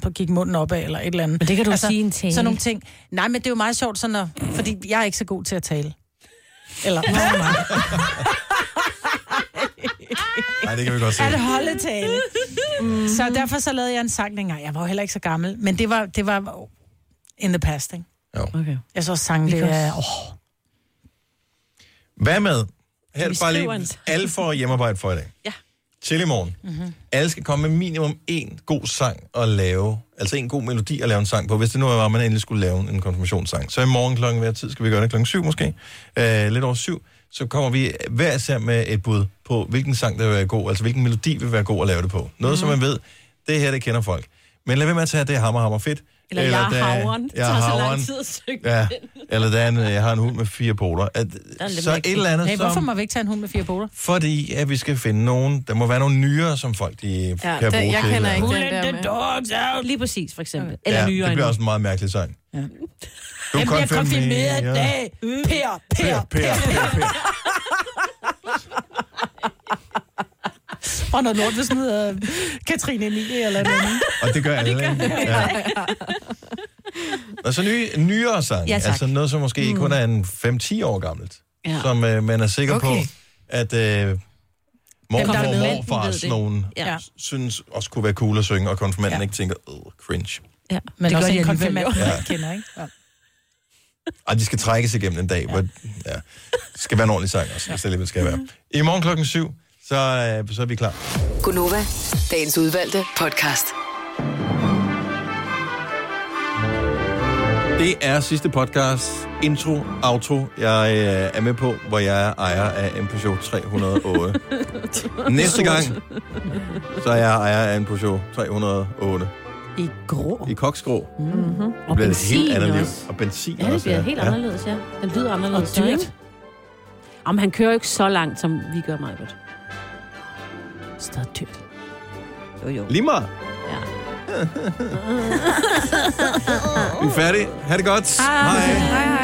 på gik munden op af, eller et eller andet. Altså, Men det kan du sige i en tale. Sådan nogle ting. Nej, men det er jo meget sjovt, sådan at, fordi jeg er ikke så god til at tale. Eller, Nej, det kan vi godt se. Er det holdetale? Mm. Så derfor så lavede jeg en sang dengang. Jeg var jo heller ikke så gammel, men det var, det var in the past, ikke? Jo. Okay. Jeg så sang, det Vi kan er... også- Oh, Hvad med? Her er Vi det bare skriver en lige, sang. alle får hjemmearbejde for i dag. Ja. Til i morgen. Mhm. Alle skal komme med minimum en god sang at lave, altså en god melodi at lave en sang på, hvis det nu var, at man endelig skulle lave en konfirmationssang. Så i morgen klokken hver tid, skal vi gøre det klokken syv måske, øh, lidt over syv, så kommer vi hver især med et bud på, hvilken sang, der vil være god, altså hvilken melodi vil være god at lave det på. Noget, Mhm. som man ved, det her, det kender folk. Men lad være med at tage, at det er hammer, hammer fedt. Eller, eller jeg der- er havren. Det jeg er tager så lang havren. tid at synge Ja, den. eller der er en, øh, jeg har en hund med fire poler. At, der er lidt så et mærkeligt. eller andet, Hey, hvorfor som... må vi ikke tage en hund med fire poler? Fordi at vi skal finde nogen, der må være nogle nyere, som folk de ja, kan bruge til. et eller andet. den der med. dogs out. Lige præcis, for eksempel. Eller ja, nyere det bliver endnu. også en meget mærkelig sang. Ja. Du Jeg bliver konfirmeret i dag. Øh. Per, per, per, Og noget lort, hvis den hedder øh, Katrine Emilie eller noget andet. Og det gør alle, ikke? Ja. Og så nye, nyere sang. Ja, tak. altså noget, som måske mm. kun er en 5-10 år gammelt. Ja. Som øh, man er sikker okay. Okay. på, at øh, Dem, der morfar er og med, morfar ved det. sådan nogen Ja. synes også kunne være cool at synge, og konfirmanden ja. ikke tænker, åh, cringe. Ja, Men også det gør en de alligevel, konfirmand, jo. man Ja. ikke kender, ikke? Ja. Ej, de skal trækkes igennem en dag, ja. hvor ja, det skal være en ordentlig sang også, hvis det alligevel skal Mhm. være. I morgen klokken 7, så, øh, så er vi klar. Gunova, dagens udvalgte podcast. Det er sidste podcast, intro, outro, jeg øh, er med på, hvor jeg er ejer af en Peugeot 308. Næste gang, så er jeg ejer af en Peugeot 308 I grå. i koksgrå. Mm-hmm. Det bliver et helt andet liv. Og benzin Ja, det også, bliver helt anderledes, ja. Den lyder anderledes, så, ikke? Jamen, han kører jo ikke så langt, som vi gør, Majbert. Så det er dyrt. Jo, jo. Lige meget. Vi er færdige. Ha' det godt. Hej. Hej. Hej, hej.